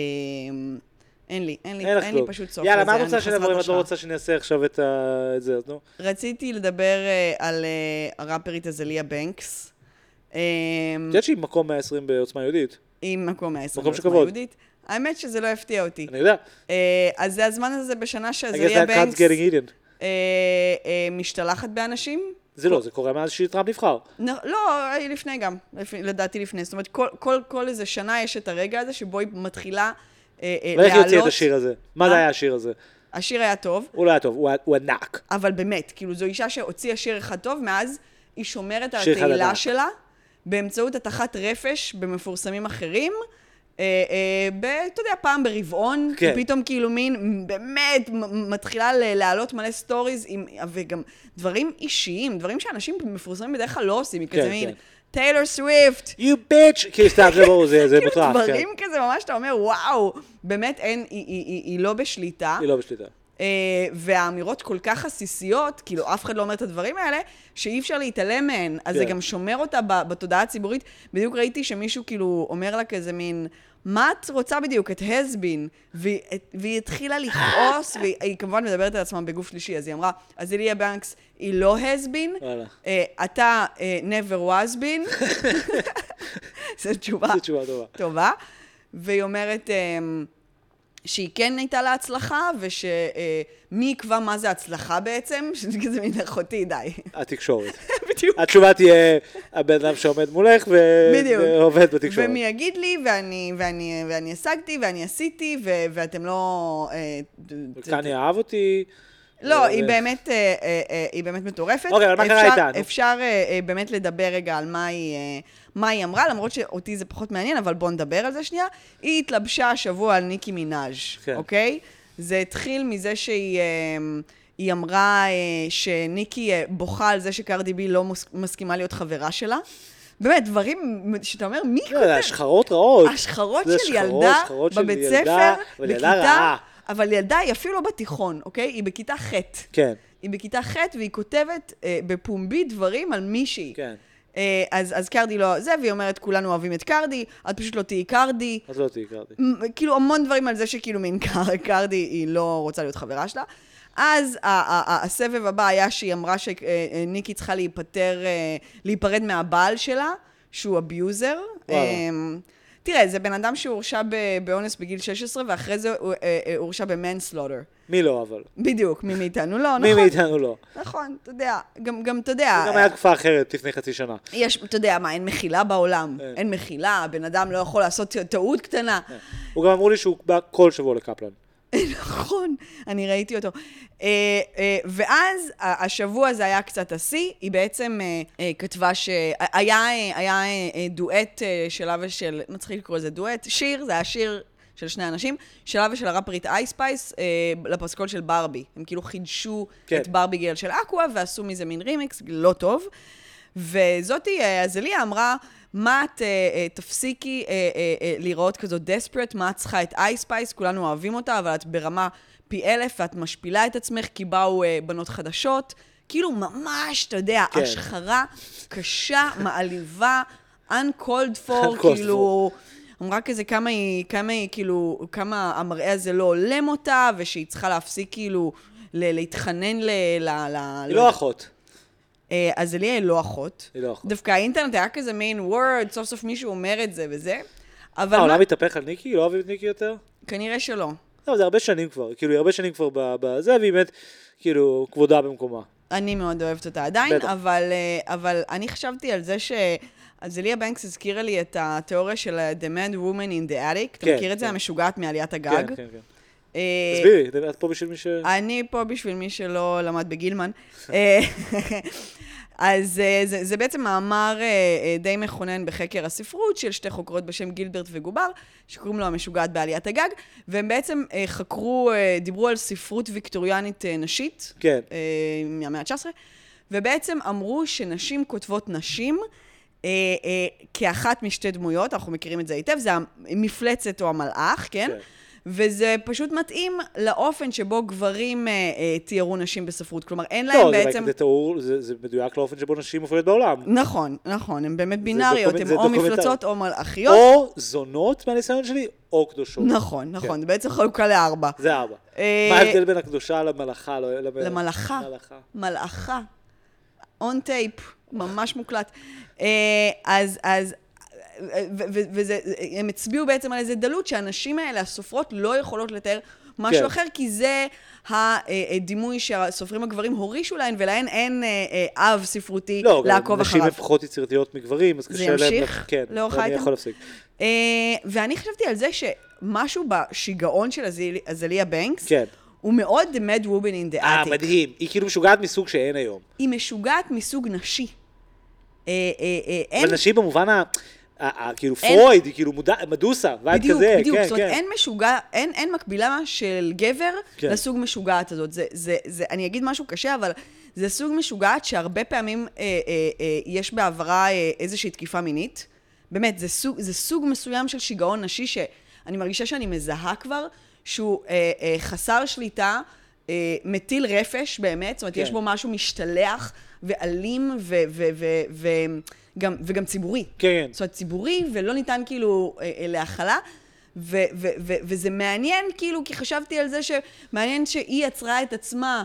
C: אין לי, אין לי,
B: אין לך
C: אין לי
B: כלום.
C: פשוט סוף.
B: יאללה,
C: לזה,
B: מה את
C: אני
B: רוצה
C: חסרת
B: שנעבור אם את לא
C: השראה.
B: רוצה שאני אעשה עכשיו את ה- את זה? אז נו.
C: Mm. רציתי לדבר אה, על אה, הראפרית הזליה בנקס. אה,
B: את יודעת שהיא במקום 120 בעוצמה יהודית?
C: עם מקום העשרה.
B: כן. מקום של
C: בעוצמה
B: כבוד.
C: יהודית. האמת שזה לא הפתיע אותי.
B: אני יודע.
C: אה, אז זה הזמן הזה בשנה
B: I guess
C: שהזליה
B: that cut's
C: בנקס
B: getting eaten.
C: אה, אה, משתלחת באנשים.
B: זה לא, זה קורה מאז שטראמפ נבחר.
C: נ- לא, היא לפני גם, לפ- לדעתי לפני. זאת אומרת, כל, כל, כל איזה שנה יש את הרגע הזה שבו היא מתחילה אה, אה,
B: ואיך היא הוציאה את
C: להעלות.
B: השיר הזה? מה זה
C: אה?
B: היה השיר הזה?
C: השיר היה טוב,
B: הוא לא היה טוב, הוא היה- הוא ענק.
C: אבל באמת, כאילו, זו אישה שהוציאה שיר אחד טוב, מאז היא שומרת על
B: שיר אחד
C: התהילה
B: ענק.
C: שלה באמצעות התחת רפש במפורסמים אחרים, אה, אה, ב- אתה יודע, פעם ברבעון,
B: כן.
C: כן. פתאום כאילו מין, מ- באמת, מ- מ- מתחילה ל- להעלות מלא סטוריז, עם, וגם דברים אישיים, דברים שאנשים מפורסמים בדרך כלל לא עושים, היא
B: כן,
C: כזה מין,
B: כן.
C: טיילור סוויפט,
B: You bitch! כאילו סתם, זה ברור, זה זה
C: כאילו
B: מוטרף, כן.
C: דברים כזה, ממש אתה אומר, וואו, באמת אין, היא- היא- היא היא לא בשליטה.
B: היא לא בשליטה.
C: אה, והאמירות כל כך עסיסיות, כאילו אף אחד לא אומר את הדברים האלה, שאי אפשר להתעלם מהן. אז זה
B: כן.
C: גם שומר אותה ב- בתודעה הציבורית. בדיוק ראיתי שמישהו כאילו אומר לה כזה מין, מה את רוצה בדיוק? את הסבין. והיא, והיא התחילה לכעוס, והיא היא כמובן מדברת על עצמה בגוף שלישי, אז היא אמרה, אז אליה בנקס היא לא הסבין,
B: וואלה.
C: אתה אה, never was been. זו תשובה.
B: זו תשובה טובה.
C: טובה, והיא אומרת אמ, שהיא כן הייתה לה הצלחה, ושמי יקבע מה זה הצלחה בעצם, שזה כזה מין אחותי, די.
B: התקשורת.
C: בדיוק.
B: התשובה תהיה הבן אדם שעומד מולך ו-
C: בדיוק.
B: ועובד בתקשורת.
C: ומי יגיד לי, ואני, ואני, ואני השגתי, ואני עשיתי, ו- ואתם לא... אה, ת- ת-
B: כאן יאהב אותי.
C: לא,
B: ו-
C: היא באמת, אה, אה, אה, היא באמת מטורפת.
B: אוקיי, אבל מה קרה
C: אפשר-
B: איתה? נו.
C: אפשר אה, אה, באמת לדבר רגע על מה היא, אה, מה היא אמרה, למרות שאותי זה פחות מעניין, אבל בואו נדבר על זה שנייה. היא התלבשה השבוע על ניקי מנאז',
B: כן.
C: אוקיי? זה התחיל מזה שהיא... אה, היא אמרה אה, שניקי אה, בוכה על זה שקרדי בי לא מוס- מסכימה להיות חברה שלה. באמת, דברים שאתה אומר, מי
B: לא, זה השחרות רעות.
C: השחרות
B: זה
C: של
B: השחרות,
C: ילדה
B: השחרות של
C: בבית
B: ילדה,
C: ספר,
B: אבל ילדה רעה.
C: אבל ילדה היא אפילו לא בתיכון, אוקיי? היא בכיתה ח'.
B: כן,
C: היא בכיתה ח' והיא כותבת אה, בפומבי דברים על מישהי.
B: כן.
C: אה, אז, אז קרדי לא זה, והיא אומרת, כולנו אוהבים את קרדי, את פשוט לא תהיי קרדי.
B: אז לא אותי הכרתי.
C: מ- כאילו המון דברים על זה שכאילו מין קר- קרדי היא לא רוצה להיות חברה שלה. אז ה- ה- ה- הסבב הבא היה שהיא אמרה שניקי צריכה להיפטר, אה, להיפרד מהבעל שלה, שהוא אביוזר.
B: וואלה.
C: אמ, תראה, זה בן אדם שהורשע ב- באונס בגיל 16, ואחרי זה הוא אה, אה, הורשע במנסלוטר.
B: מי לא אבל?
C: נכון. בדיוק, מי מאיתנו לא,
B: מי
C: נכון?
B: מאיתנו לא.
C: נכון, אתה יודע, גם, גם אתה יודע.
B: גם היה תקופה אחרת לפני חצי שנה.
C: יש, אתה יודע מה, אין מחילה בעולם.
B: אין.
C: אין מחילה, בן אדם לא יכול לעשות טעות קטנה.
B: כן. הוא גם אמרו לי שהוא בא כל שבוע לקפלן.
C: נכון, אני ראיתי אותו. אה, אה, ואז ה- השבוע זה היה קצת השיא, היא בעצם אה, אה, כתבה ש... היה, אה, היה אה, אה, דואט אה, שלה ושל... מצחיק לקרוא לזה דואט, שיר, זה היה שיר של שני אנשים, שלה ושל הראפרית אייספייס אה, לפסקול של ברבי. הם כאילו חידשו
B: כן.
C: כן. את ברבי גיל של אקווה ועשו מזה מין רימיקס, לא טוב. וזאתי, אה, אזליה אמרה, מה את, אה, אה, תפסיקי אה, אה, אה, להיראות כזאת דספרט, מה את צריכה את אייספייס, כולנו אוהבים אותה, אבל את ברמה פי אלף, ואת משפילה את עצמך, כי באו אה, בנות חדשות. כאילו, ממש, אתה יודע,
B: כן.
C: כן. השחרה קשה, מעליבה, uncalled for,
B: Uncalled for.
C: כאילו... אמרה כזה כמה היא, כמה היא, כאילו, כמה המראה הזה לא הולם אותה, ושהיא צריכה להפסיק, כאילו, ל- להתחנן ל... ל, ל
B: היא לא אחות.
C: אה, אז אליה היא לא אחות.
B: היא לא אחות.
C: דווקא האינטרנט היה כזה מין וורד, סוף סוף מישהו אומר את זה וזה. אבל מה,
B: אה, העולם התהפך על ניקי? לא אוהבים את ניקי יותר?
C: כנראה שלא.
B: לא, זה הרבה שנים כבר. כאילו, היא הרבה שנים כבר ב- בזה, והיא באמת, כאילו, כבודה במקומה.
C: אני מאוד אוהבת אותה עדיין,
B: בטח.
C: אבל, אה, אבל אני חשבתי על זה ש... אז אליה בנקס הזכירה לי את התיאוריה של ה- The Mad Woman in the Attic. אתה
B: כן,
C: מכיר את זה?
B: כן.
C: המשוגעת מעליית הגג.
B: כן, כן, כן.
C: אה,
B: תסבירי, את פה בשביל מי ש...
C: אני פה בשביל מי שלא למד בגילמן. אה, אז אה, זה, זה בעצם מאמר אה, אה, די מכונן בחקר הספרות של שתי חוקרות בשם גילברט וגובר, שקוראים לו המשוגעת בעליית הגג, והם בעצם אה, חקרו, אה, דיברו על ספרות ויקטוריאנית אה, נשית,
B: כן.
C: אה, מהמאה ה-19, ובעצם אמרו שנשים כותבות נשים. אה, אה, כאחת משתי דמויות, אנחנו מכירים את זה היטב, זה המפלצת או המלאך, כן?
B: כן.
C: כן. וזה פשוט מתאים לאופן שבו גברים אה, אה, תיארו נשים בספרות. כלומר, אין להם
B: לא, זה
C: בעצם...
B: רק- זה טהור, זה זה מדויק לאופן שבו נשים מופעלות בעולם.
C: נכון, נכון, הן באמת בינאריות,
B: דוקומנ-
C: הן
B: זה
C: או
B: דוקומנטרי.
C: מפלצות או מלאכיות.
B: או זונות, מהניסיון שלי, או קדושות.
C: נכון, נכון, זה בעצם חלוקה לארבע.
B: זה ארבע.
C: אה,
B: כן. מה ההבדל בין הקדושה למלאכה? לא- למ-
C: למלאכה. מלאכה. און טייפ, ממש מוקלט. אה, אז, אז, ו- ו- וזה, הם הצביעו בעצם על איזה דלות שהנשים האלה, הסופרות, לא יכולות לתאר משהו
B: כן.
C: כן. אחר, כי זה הדימוי שהסופרים הגברים הורישו להן, ולהן אין אה, אה, אב ספרותי
B: לא, גם
C: לעקוב
B: נשים
C: אחריו.
B: הן פחות יצירתיות מגברים, אז
C: זה
B: קשה להם... לח-
C: ימשיך לא,
B: כן,
C: לאורך
B: אני
C: האייטם?
B: יכול להפסיק.
C: אה, ואני חשבתי על זה שמשהו בשיגעון של אזיל- אזליה בנקס,
B: כן.
C: הוא מאוד The Mad Woman in the Attic.
B: אה, מדהים. היא כאילו משוגעת מסוג שאין היום.
C: היא משוגעת מסוג נשי. אה, אה, אה, אין...
B: אבל נשים במובן ה... ה- ה- כאילו
C: אין-
B: פרויד, היא כאילו מודע- מדוסה, ועד
C: בדיוק,
B: כזה,
C: בדיוק.
B: כן,
C: זאת אומרת,
B: כן.
C: אין משוגע, אין, אין מקבילה של גבר
B: כן.
C: כן. לסוג משוגעת הזאת. זה, זה, זה, אני אגיד משהו קשה, אבל זה סוג משוגעת שהרבה פעמים אה, אה, אה, יש בעברה אה, איזושהי תקיפה מינית. באמת, זה סוג, זה סוג מסוים של שיגעון נשי שאני מרגישה שאני מזהה כבר, שהוא אה, אה, חסר שליטה, אה, מטיל רפש באמת, זאת אומרת,
B: כן.
C: כן. יש בו משהו משתלח ואלים ו- ו- ו- ו- גם- וגם ציבורי.
B: כן.
C: זאת אומרת, ציבורי, ולא ניתן כאילו אה, אה, להכלה. ו- ו- ו- וזה מעניין, כאילו, כי חשבתי על זה שמעניין שהיא יצרה את עצמה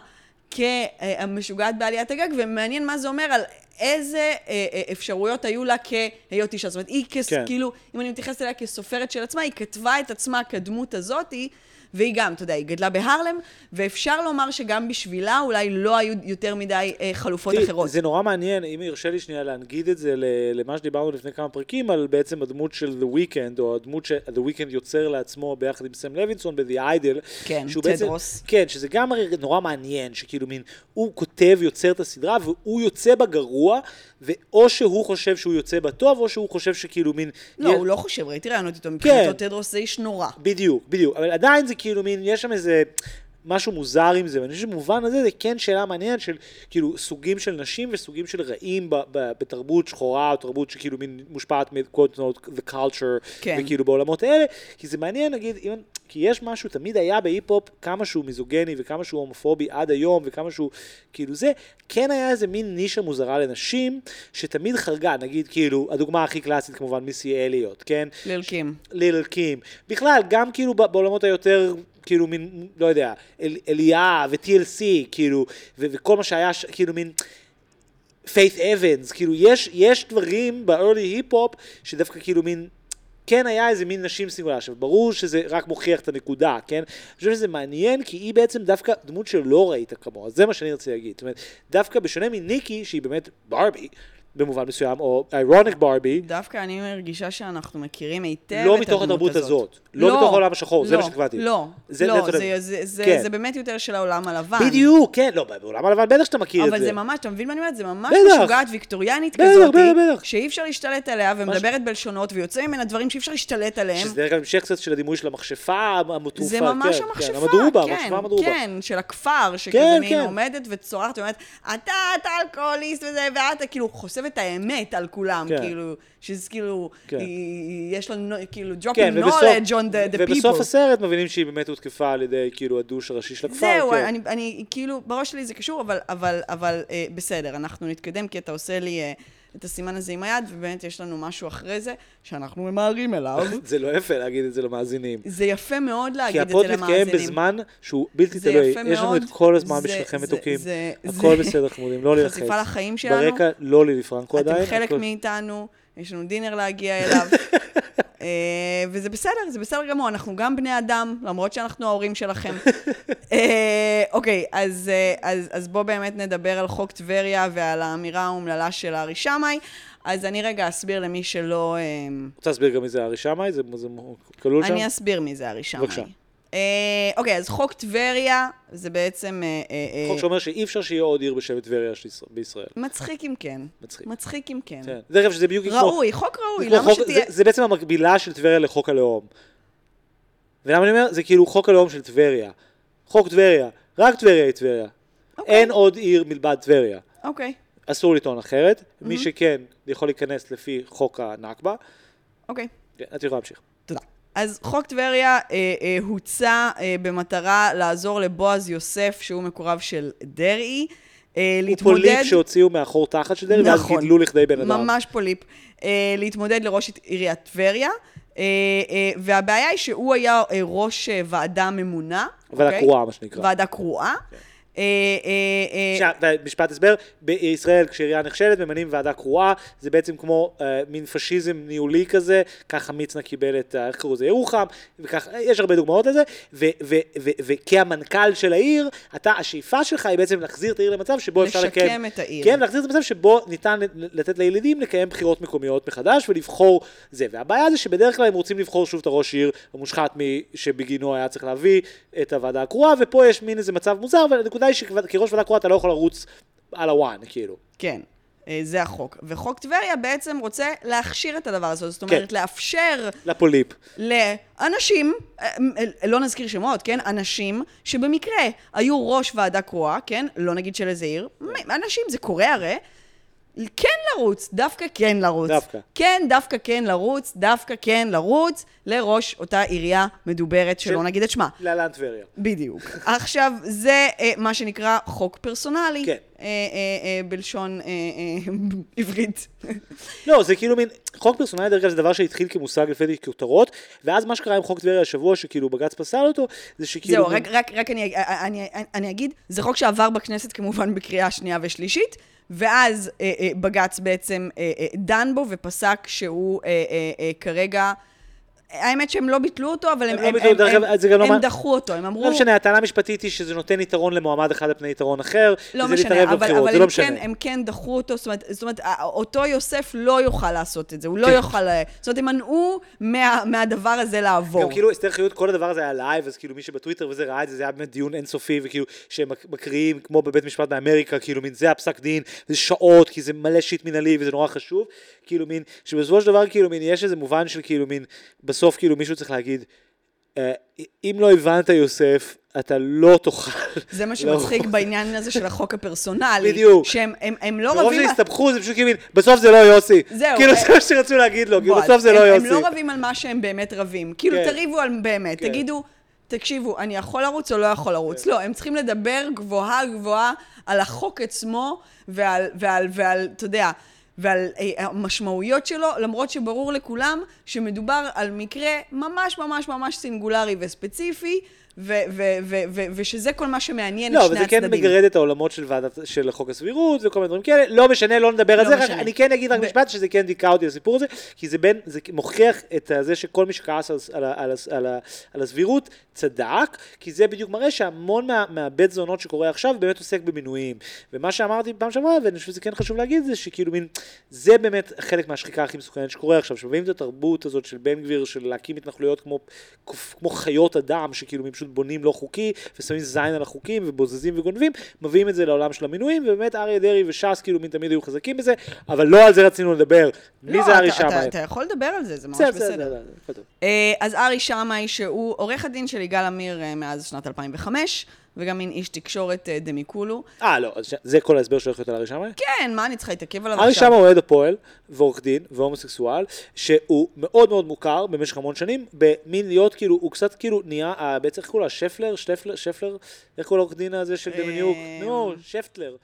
C: כמשוגעת בעליית הגג, ומעניין מה זה אומר על איזה אה, אה, אפשרויות היו לה כהיות אישה. זאת אומרת, היא כס-
B: כן.
C: כאילו, אם אני מתייחסת אליה כסופרת של עצמה, היא כתבה את עצמה כדמות הזאתי, והיא גם, אתה יודע, היא גדלה בהרלם, ואפשר לומר שגם בשבילה אולי לא היו יותר מדי אה, חלופות
B: תראי,
C: אחרות.
B: זה נורא מעניין, אם ירשה לי שנייה להנגיד את זה ל- למה שדיברנו לפני כמה פרקים, על בעצם הדמות של The Weeknd, או הדמות ש-The Weeknd יוצר לעצמו ביחד עם סם לוינסון ב-The Idol.
C: כן,
B: שהוא
C: טד
B: בעצם-
C: רוס.
B: כן, שזה גם הרי נורא מעניין, שכאילו מין, הוא כותב, יוצר את הסדרה, והוא יוצא בה גרוע, ואו שהוא חושב שהוא יוצא בה טוב, או שהוא חושב שכאילו מין...
C: לא,
B: יש-
C: הוא לא חושב, ראיתי רעיונות איתו, מבחינתו
B: כן.
C: תדרוס זה איש נורא.
B: בדיוק, בדיוק. אבל עדיין זה כאילו מין, יש שם איזה משהו מוזר עם זה, ואני חושב שבמובן הזה זה כן שאלה מעניינת של כאילו סוגים של נשים וסוגים של רעים ב- ב- בתרבות שחורה, או תרבות שכאילו מין מושפעת מ-quote note the culture,
C: כן.
B: וכאילו בעולמות האלה, כי זה מעניין נגיד, אם, כי יש משהו, תמיד היה בהיפ-הופ כמה שהוא מיזוגני וכמה שהוא הומופובי עד היום, וכמה שהוא כאילו זה, כן היה איזה מין נישה מוזרה לנשים, שתמיד חרגה, נגיד כאילו, הדוגמה הכי קלאסית כמובן מיסי אליוט, כן?
C: ליל קים.
B: ליל קים. בכלל, גם כאילו ב- בעולמות היותר, כאילו מין, לא יודע, אל, אליה ו-TLC, כאילו, ו- וכל מה שהיה, ש- כאילו מין... פיית' אבנס, כאילו יש, יש דברים ב-early היפ-הופ שדווקא כאילו מין, כן היה איזה מין נשים סינגולה, עכשיו ברור שזה רק מוכיח את הנקודה, כן? אני חושב שזה מעניין כי היא בעצם דווקא דמות שלא ראית כמוה, זה מה שאני רוצה להגיד, זאת אומרת, דווקא בשונה מניקי שהיא באמת ברבי, במובן מסוים, או איירוניק ברבי,
C: דווקא אני מרגישה שאנחנו מכירים היטב
B: לא
C: את
B: מתוך
C: הדמות
B: התרבות
C: הזאת.
B: הזאת. לא מתוך העולם השחור, זה מה שהתכוונתי.
C: לא,
B: זה-
C: לא,
B: זה-
C: זה- זה- זה-
B: כן.
C: זה באמת יותר של העולם הלבן.
B: בדיוק, כן, לא, בעולם הלבן בטח שאתה מכיר את זה.
C: אבל זה ממש, אתה מבין מה אני אומרת? זה ממש
B: בטח.
C: משוגעת ויקטוריאנית
B: בטח,
C: כזאת,
B: בטח, בטח.
C: שאי אפשר להשתלט עליה, ומדברת בלשונות, ויוצא ממנה דברים שאי אפשר להשתלט עליהם.
B: שזה דרך אגב המשך קצת של הדימוי של המכשפה המטרופה.
C: זה ממש
B: כן,
C: המכשפה,
B: כן, המדרובה,
C: כן,
B: המכשפה המדרובה.
C: כן, של הכפר, שכזה
B: כן,
C: מין
B: כן.
C: עומדת וצורחת ואומרת, אתה, אתה אלכוהוליסט וזה, ואתה, כאילו, חושפת את האמת על כולם,
B: כן.
C: כאילו, שזה כאילו,
B: כן.
C: היא- יש לו, נו- כאילו,
B: כן,
C: dropping
B: ובסוף-
C: knowledge on the- the people.
B: ובסוף הסרט מבינים שהיא באמת הותקפה על ידי כאילו הדוש הראשי של הכפר.
C: זהו,
B: כן.
C: אני, אני, כאילו, בראש שלי זה קשור, אבל, אבל, אבל אה, בסדר, אנחנו נתקדם, כי אתה עושה לי אה, את הסימן הזה עם היד, ובאמת יש לנו משהו אחרי זה, שאנחנו ממהרים אליו.
B: זה לא יפה להגיד את זה למאזינים.
C: זה יפה מאוד
B: כי
C: להגיד את זה
B: הפוד
C: למאזינים.
B: מתקיים בזמן שהוא בלתי
C: זה
B: תלוי.
C: יפה
B: יש לנו
C: מאוד.
B: את כל הזמן
C: זה-
B: בשבילכם
C: זה-
B: מתוקים.
C: זה-
B: הכל
C: זה-
B: בסדר חמודים, לא להילחץ.
C: חשיפה לחיים שלנו.
B: ברקע לא לילי פרנקו עדיין.
C: אתם חלק
B: הכל-
C: מאיתנו, יש לנו דינר להגיע אליו. אה, וזה בסדר, זה בסדר גמור, אנחנו גם בני אדם, למרות שאנחנו ההורים שלכם. אה, אוקיי, אז, אה, אז, אז בואו באמת נדבר על חוק טבריה ועל האמירה האומללה של הארי שמאי. אז אני רגע אסביר למי שלא... אה,
B: רוצה להסביר גם מי זה ארי שמאי? זה זה כלול שם?
C: אני אסביר מי זה הארי שמאי.
B: בבקשה.
C: אה, אוקיי, אז חוק טבריה זה בעצם... אה, אה, אה,
B: חוק שאומר שאי אפשר שיהיה עוד עיר בשם טבריה של ישראל- בישראל.
C: מצחיק אם כן.
B: מצחיק.
C: מצחיק אם כן.
B: כן. דרך אגב, שזה בדיוק כמו...
C: ראוי, חוק
B: זה
C: ראוי,
B: כמו
C: למה
B: חוק-
C: שתהיה...
B: זה- זה בעצם המקבילה של טבריה לחוק הלאום. ולמה אני אומר? זה כאילו חוק הלאום של טבריה. חוק טבריה. רק טבריה היא טבריה.
C: אוקיי.
B: אין עוד עיר מלבד טבריה.
C: אוקיי,
B: אסור לטעון אחרת. מי שכן יכול להיכנס לפי חוק הנכבה.
C: אוקיי.
B: כן, את יכולה להמשיך.
C: תודה. אז חוק טבריה אה, אה, הוצע אה, במטרה לעזור לבועז יוסף, שהוא מקורב של דרעי, אה,
B: הוא
C: להתמודד...
B: פוליפ שהוציאו מהחור תחת של דרעי, ואז
C: נכון.
B: גידלו לכדי בן אדם.
C: ממש פוליפ. אה, להתמודד לראש עיריית טבריה, אה, אה, והבעיה היא שהוא היה אה, ראש אה, ועדה ממונה.
B: ועדה
C: אוקיי?
B: קרואה, מה שנקרא. כן.
C: ועדה קרואה. אה, אה, אה,
B: עכשיו, משפט הסבר, בישראל כשעירייה נכשלת ממנים ועדה קרואה, זה בעצם כמו אה, מין פשיזם ניהולי כזה, ככה מצנע קיבל את, ה- איך קראו לזה, ירוחם, וכך, אה, יש הרבה דוגמאות לזה, ו- ו- ו- וכמנכ"ל של העיר, אתה, השאיפה שלך היא בעצם להחזיר את העיר למצב שבו אפשר
C: לשקם
B: לקיים,
C: את העיר.
B: כן, להחזיר את המצב שבו ניתן ל- לתת לילידים לקיים בחירות מקומיות מחדש ולבחור זה, והבעיה זה שבדרך כלל הם רוצים לבחור שוב את הראש עיר המושחת מ- שבגינו היה צריך להביא את הוועדה הקרואה, ופה יש מין איזה מצב מוזר, אבל הנקודה היא שכראש ועדה קרואה אתה לא יכול לרוץ על הוואן, כאילו.
C: כן. אה, זה החוק. וחוק טבריה בעצם רוצה להכשיר את הדבר הזה, זאת
B: כן.
C: אומרת, לאפשר
B: לפוליפ.
C: לאנשים, אה, אה, לא נזכיר שמות, כן? אנשים שבמקרה היו ראש ועדה קרואה, כן? לא נגיד של איזה עיר,
B: כן.
C: מ- אנשים, זה קורה הרי. כן לרוץ, דווקא כן לרוץ.
B: דווקא.
C: כן, דווקא כן לרוץ, דווקא כן לרוץ לראש אותה עירייה מדוברת, שלא
B: של-
C: נגיד את שמה.
B: להלן טבריה.
C: בדיוק. עכשיו, זה אה, מה שנקרא חוק פרסונלי.
B: כן.
C: אה, אה, אה, בלשון אה, אה, עברית.
B: לא, זה כאילו מין, חוק פרסונלי דרך אגב זה דבר שהתחיל כמושג לפי כותרות, ואז מה שקרה עם חוק טבריה השבוע, שכאילו בג"ץ פסל אותו, כאילו, זה שכאילו...
C: זהו, רק, רק, רק אני, אה, אני, אני, אני אגיד, זה חוק שעבר בכנסת כמובן בקריאה שנייה ושלישית, ואז אה, אה, בג"ץ בעצם אה, אה, דן בו ופסק שהוא אה, אה, אה, כרגע... האמת שהם לא ביטלו אותו, אבל הם,
B: הם לא ביטלו, דרך אגב, זה גם לא
C: הם
B: מה-
C: דחו אותו, הם אמרו...
B: לא משנה, הטענה המשפטית היא שזה נותן יתרון למועמד אחד על פני יתרון אחר,
C: לא
B: וזה
C: משנה,
B: להתערב
C: אבל,
B: בבחירות,
C: אבל
B: זה
C: הם,
B: לא
C: כן,
B: משנה.
C: הם כן דחו אותו, זאת אומרת, זאת אומרת, א- אותו יוסף לא יוכל לעשות את זה, הוא לא
B: כן.
C: יוכל, אה, זאת אומרת, הם מנעו מה, מהדבר הזה לעבור.
B: גם כאילו אסתר חיות, כל הדבר הזה היה לייב, אז כאילו מי שבטוויטר וזה ראה את זה, זה היה באמת דיון אינסופי, וכאילו שהם מק- מקריאים כמו בבית משפט באמריקה, כאילו מין זה הפסק דין, זה שעות, כי זה מלא שיט מנהלי וזה נורא חשוב, כאילו מין, שבסופו של דבר כאילו מין, יש איזה מובן של כאילו מין, בסוף כאילו מישהו צריך להגיד, "אה, אם לא הבנת יוסף, אתה לא תוכל.
C: זה מה
B: לא.
C: שמצחיק בעניין הזה של החוק הפרסונלי.
B: בדיוק.
C: שהם הם, הם לא
B: מרוב
C: רבים... על-
B: שהסתבכו זה פשוט כאילו מין, בסוף זה לא יוסי.
C: זהו,
B: כאילו
C: אה,
B: זה מה שרצו להגיד לו, כאילו
C: בועז,
B: בסוף זה לא
C: הם-
B: יוסי.
C: הם לא רבים על מה שהם באמת רבים. כאילו,
B: כן.
C: תריבו על באמת,
B: כן.
C: תגידו, תקשיבו, אני יכול לרוץ או לא יכול לרוץ? לא, הם צריכים לדבר גבוהה גבוהה על החוק עצמו ועל, ועל, ועל, אתה יודע, ועל אה, המשמעויות שלו, למרות שברור לכולם שמדובר על מקרה ממש ממש ממש סינגולרי וספציפי, ו- ו- ו- ו- ושזה כל מה שמעניין את
B: לא,
C: שני
B: אבל זה כן
C: הצדדים.
B: מגרד את העולמות של ועדת, של חוק הסבירות וכל מיני דברים כאלה. לא משנה, לא נדבר על
C: לא
B: זה, רק
C: משנה.
B: אני כן אגיד רק
C: ב-
B: משפט שזה כן דיכא אותי הסיפור הזה, כי זה בין, זה מוכיח את ה- זה שכל מי שכעס על, על, ה- על, ה- על, ה- על הסבירות צדק, כי זה בדיוק מראה שהמון מה, מהבית זונות שקורה עכשיו באמת עוסק במינויים. ומה שאמרתי פעם שעברה, ואני חושב שזה כן חשוב להגיד, זה שכאילו מין, זה באמת חלק מהשחיקה הכי מסוכנת שקורה עכשיו, שמביאים את התרבות הזאת של בן גביר, של להקים התנחלויות כמו, כמו חיות אדם, שכאילו הם פשוט בונים לא חוקי, ושמים זין על החוקים, ובוזזים וגונבים, מביאים את זה לעולם של המינויים, ובאמת אריה דרעי וש"ס כאילו מין תמיד היו חזקים בזה, אבל לא על זה רצינו לדבר. מי
C: לא,
B: זה ארי
C: אתה- אתה-
B: שמאי?
C: אתה יכול לדבר על זה, זה ממש
B: בסדר,
C: בסדר.
B: בסדר, הכל טוב.
C: אה, אז ארי שמאי, שהוא עורך הדין של יגאל עמיר אה, מאז שנת 2005, וגם מין איש תקשורת אה, דמיקולו.
B: אה, לא, אז זה כל ההסבר שהולך להיות על ארי שמאי?
C: כן, מה אני צריכה להתעכב עליו
B: ארי
C: עכשיו?
B: שם הוא אוהד הפועל ועורך דין והומוסקסואל, שהוא מאוד מאוד מוכר במשך המון שנים, במין להיות כאילו, הוא קצת כאילו נהיה, אה, בעצם איך קוראים לה? שפלר? שפלר? שפר? איך קוראים לעורך דין הזה של דמיניוק?
C: אה,
B: נו, שפטלר.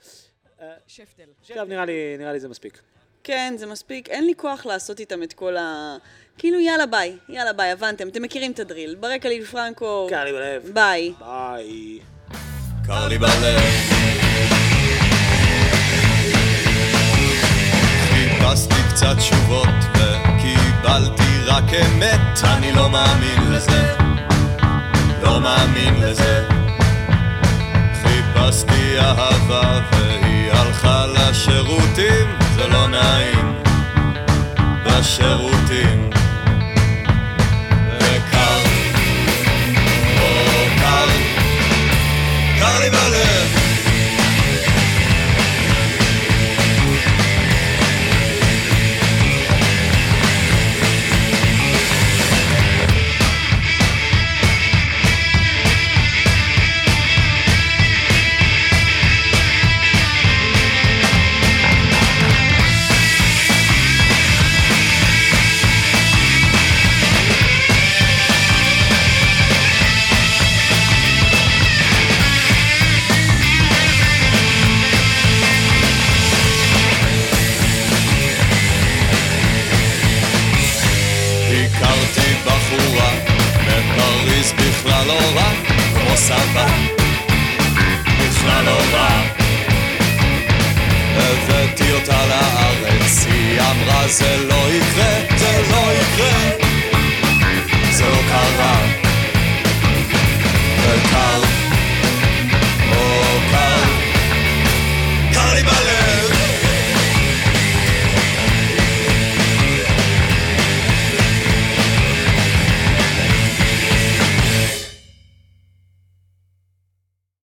C: שפטל.
B: עכשיו נראה לי, נראה לי זה מספיק.
D: כן, זה מספיק. אין לי כוח לעשות איתם את כל ה... כאילו, יאללה ביי, יאללה ביי, הבנתם, אתם מכירים את הדריל. ברקע לי פרנקו,
C: אוקיי,
B: קר לי בלב.
D: ביי.
B: ביי.
E: קר לי בלב. חיפשתי קצת תשובות וקיבלתי רק אמת, אני לא מאמין לזה, לא מאמין לזה. חיפשתי אהבה והיא הלכה לשירותים, זה לא נעים, לשירותים. וקר, או קר, קר לי בלב. הכרתי בחורה בפריז בכלל לא רע, כמו סבא, בכלל לא רע. הבאתי אותה לארץ, היא אמרה זה לא יקרה, זה לא יקרה, זה לא קרה. וקרה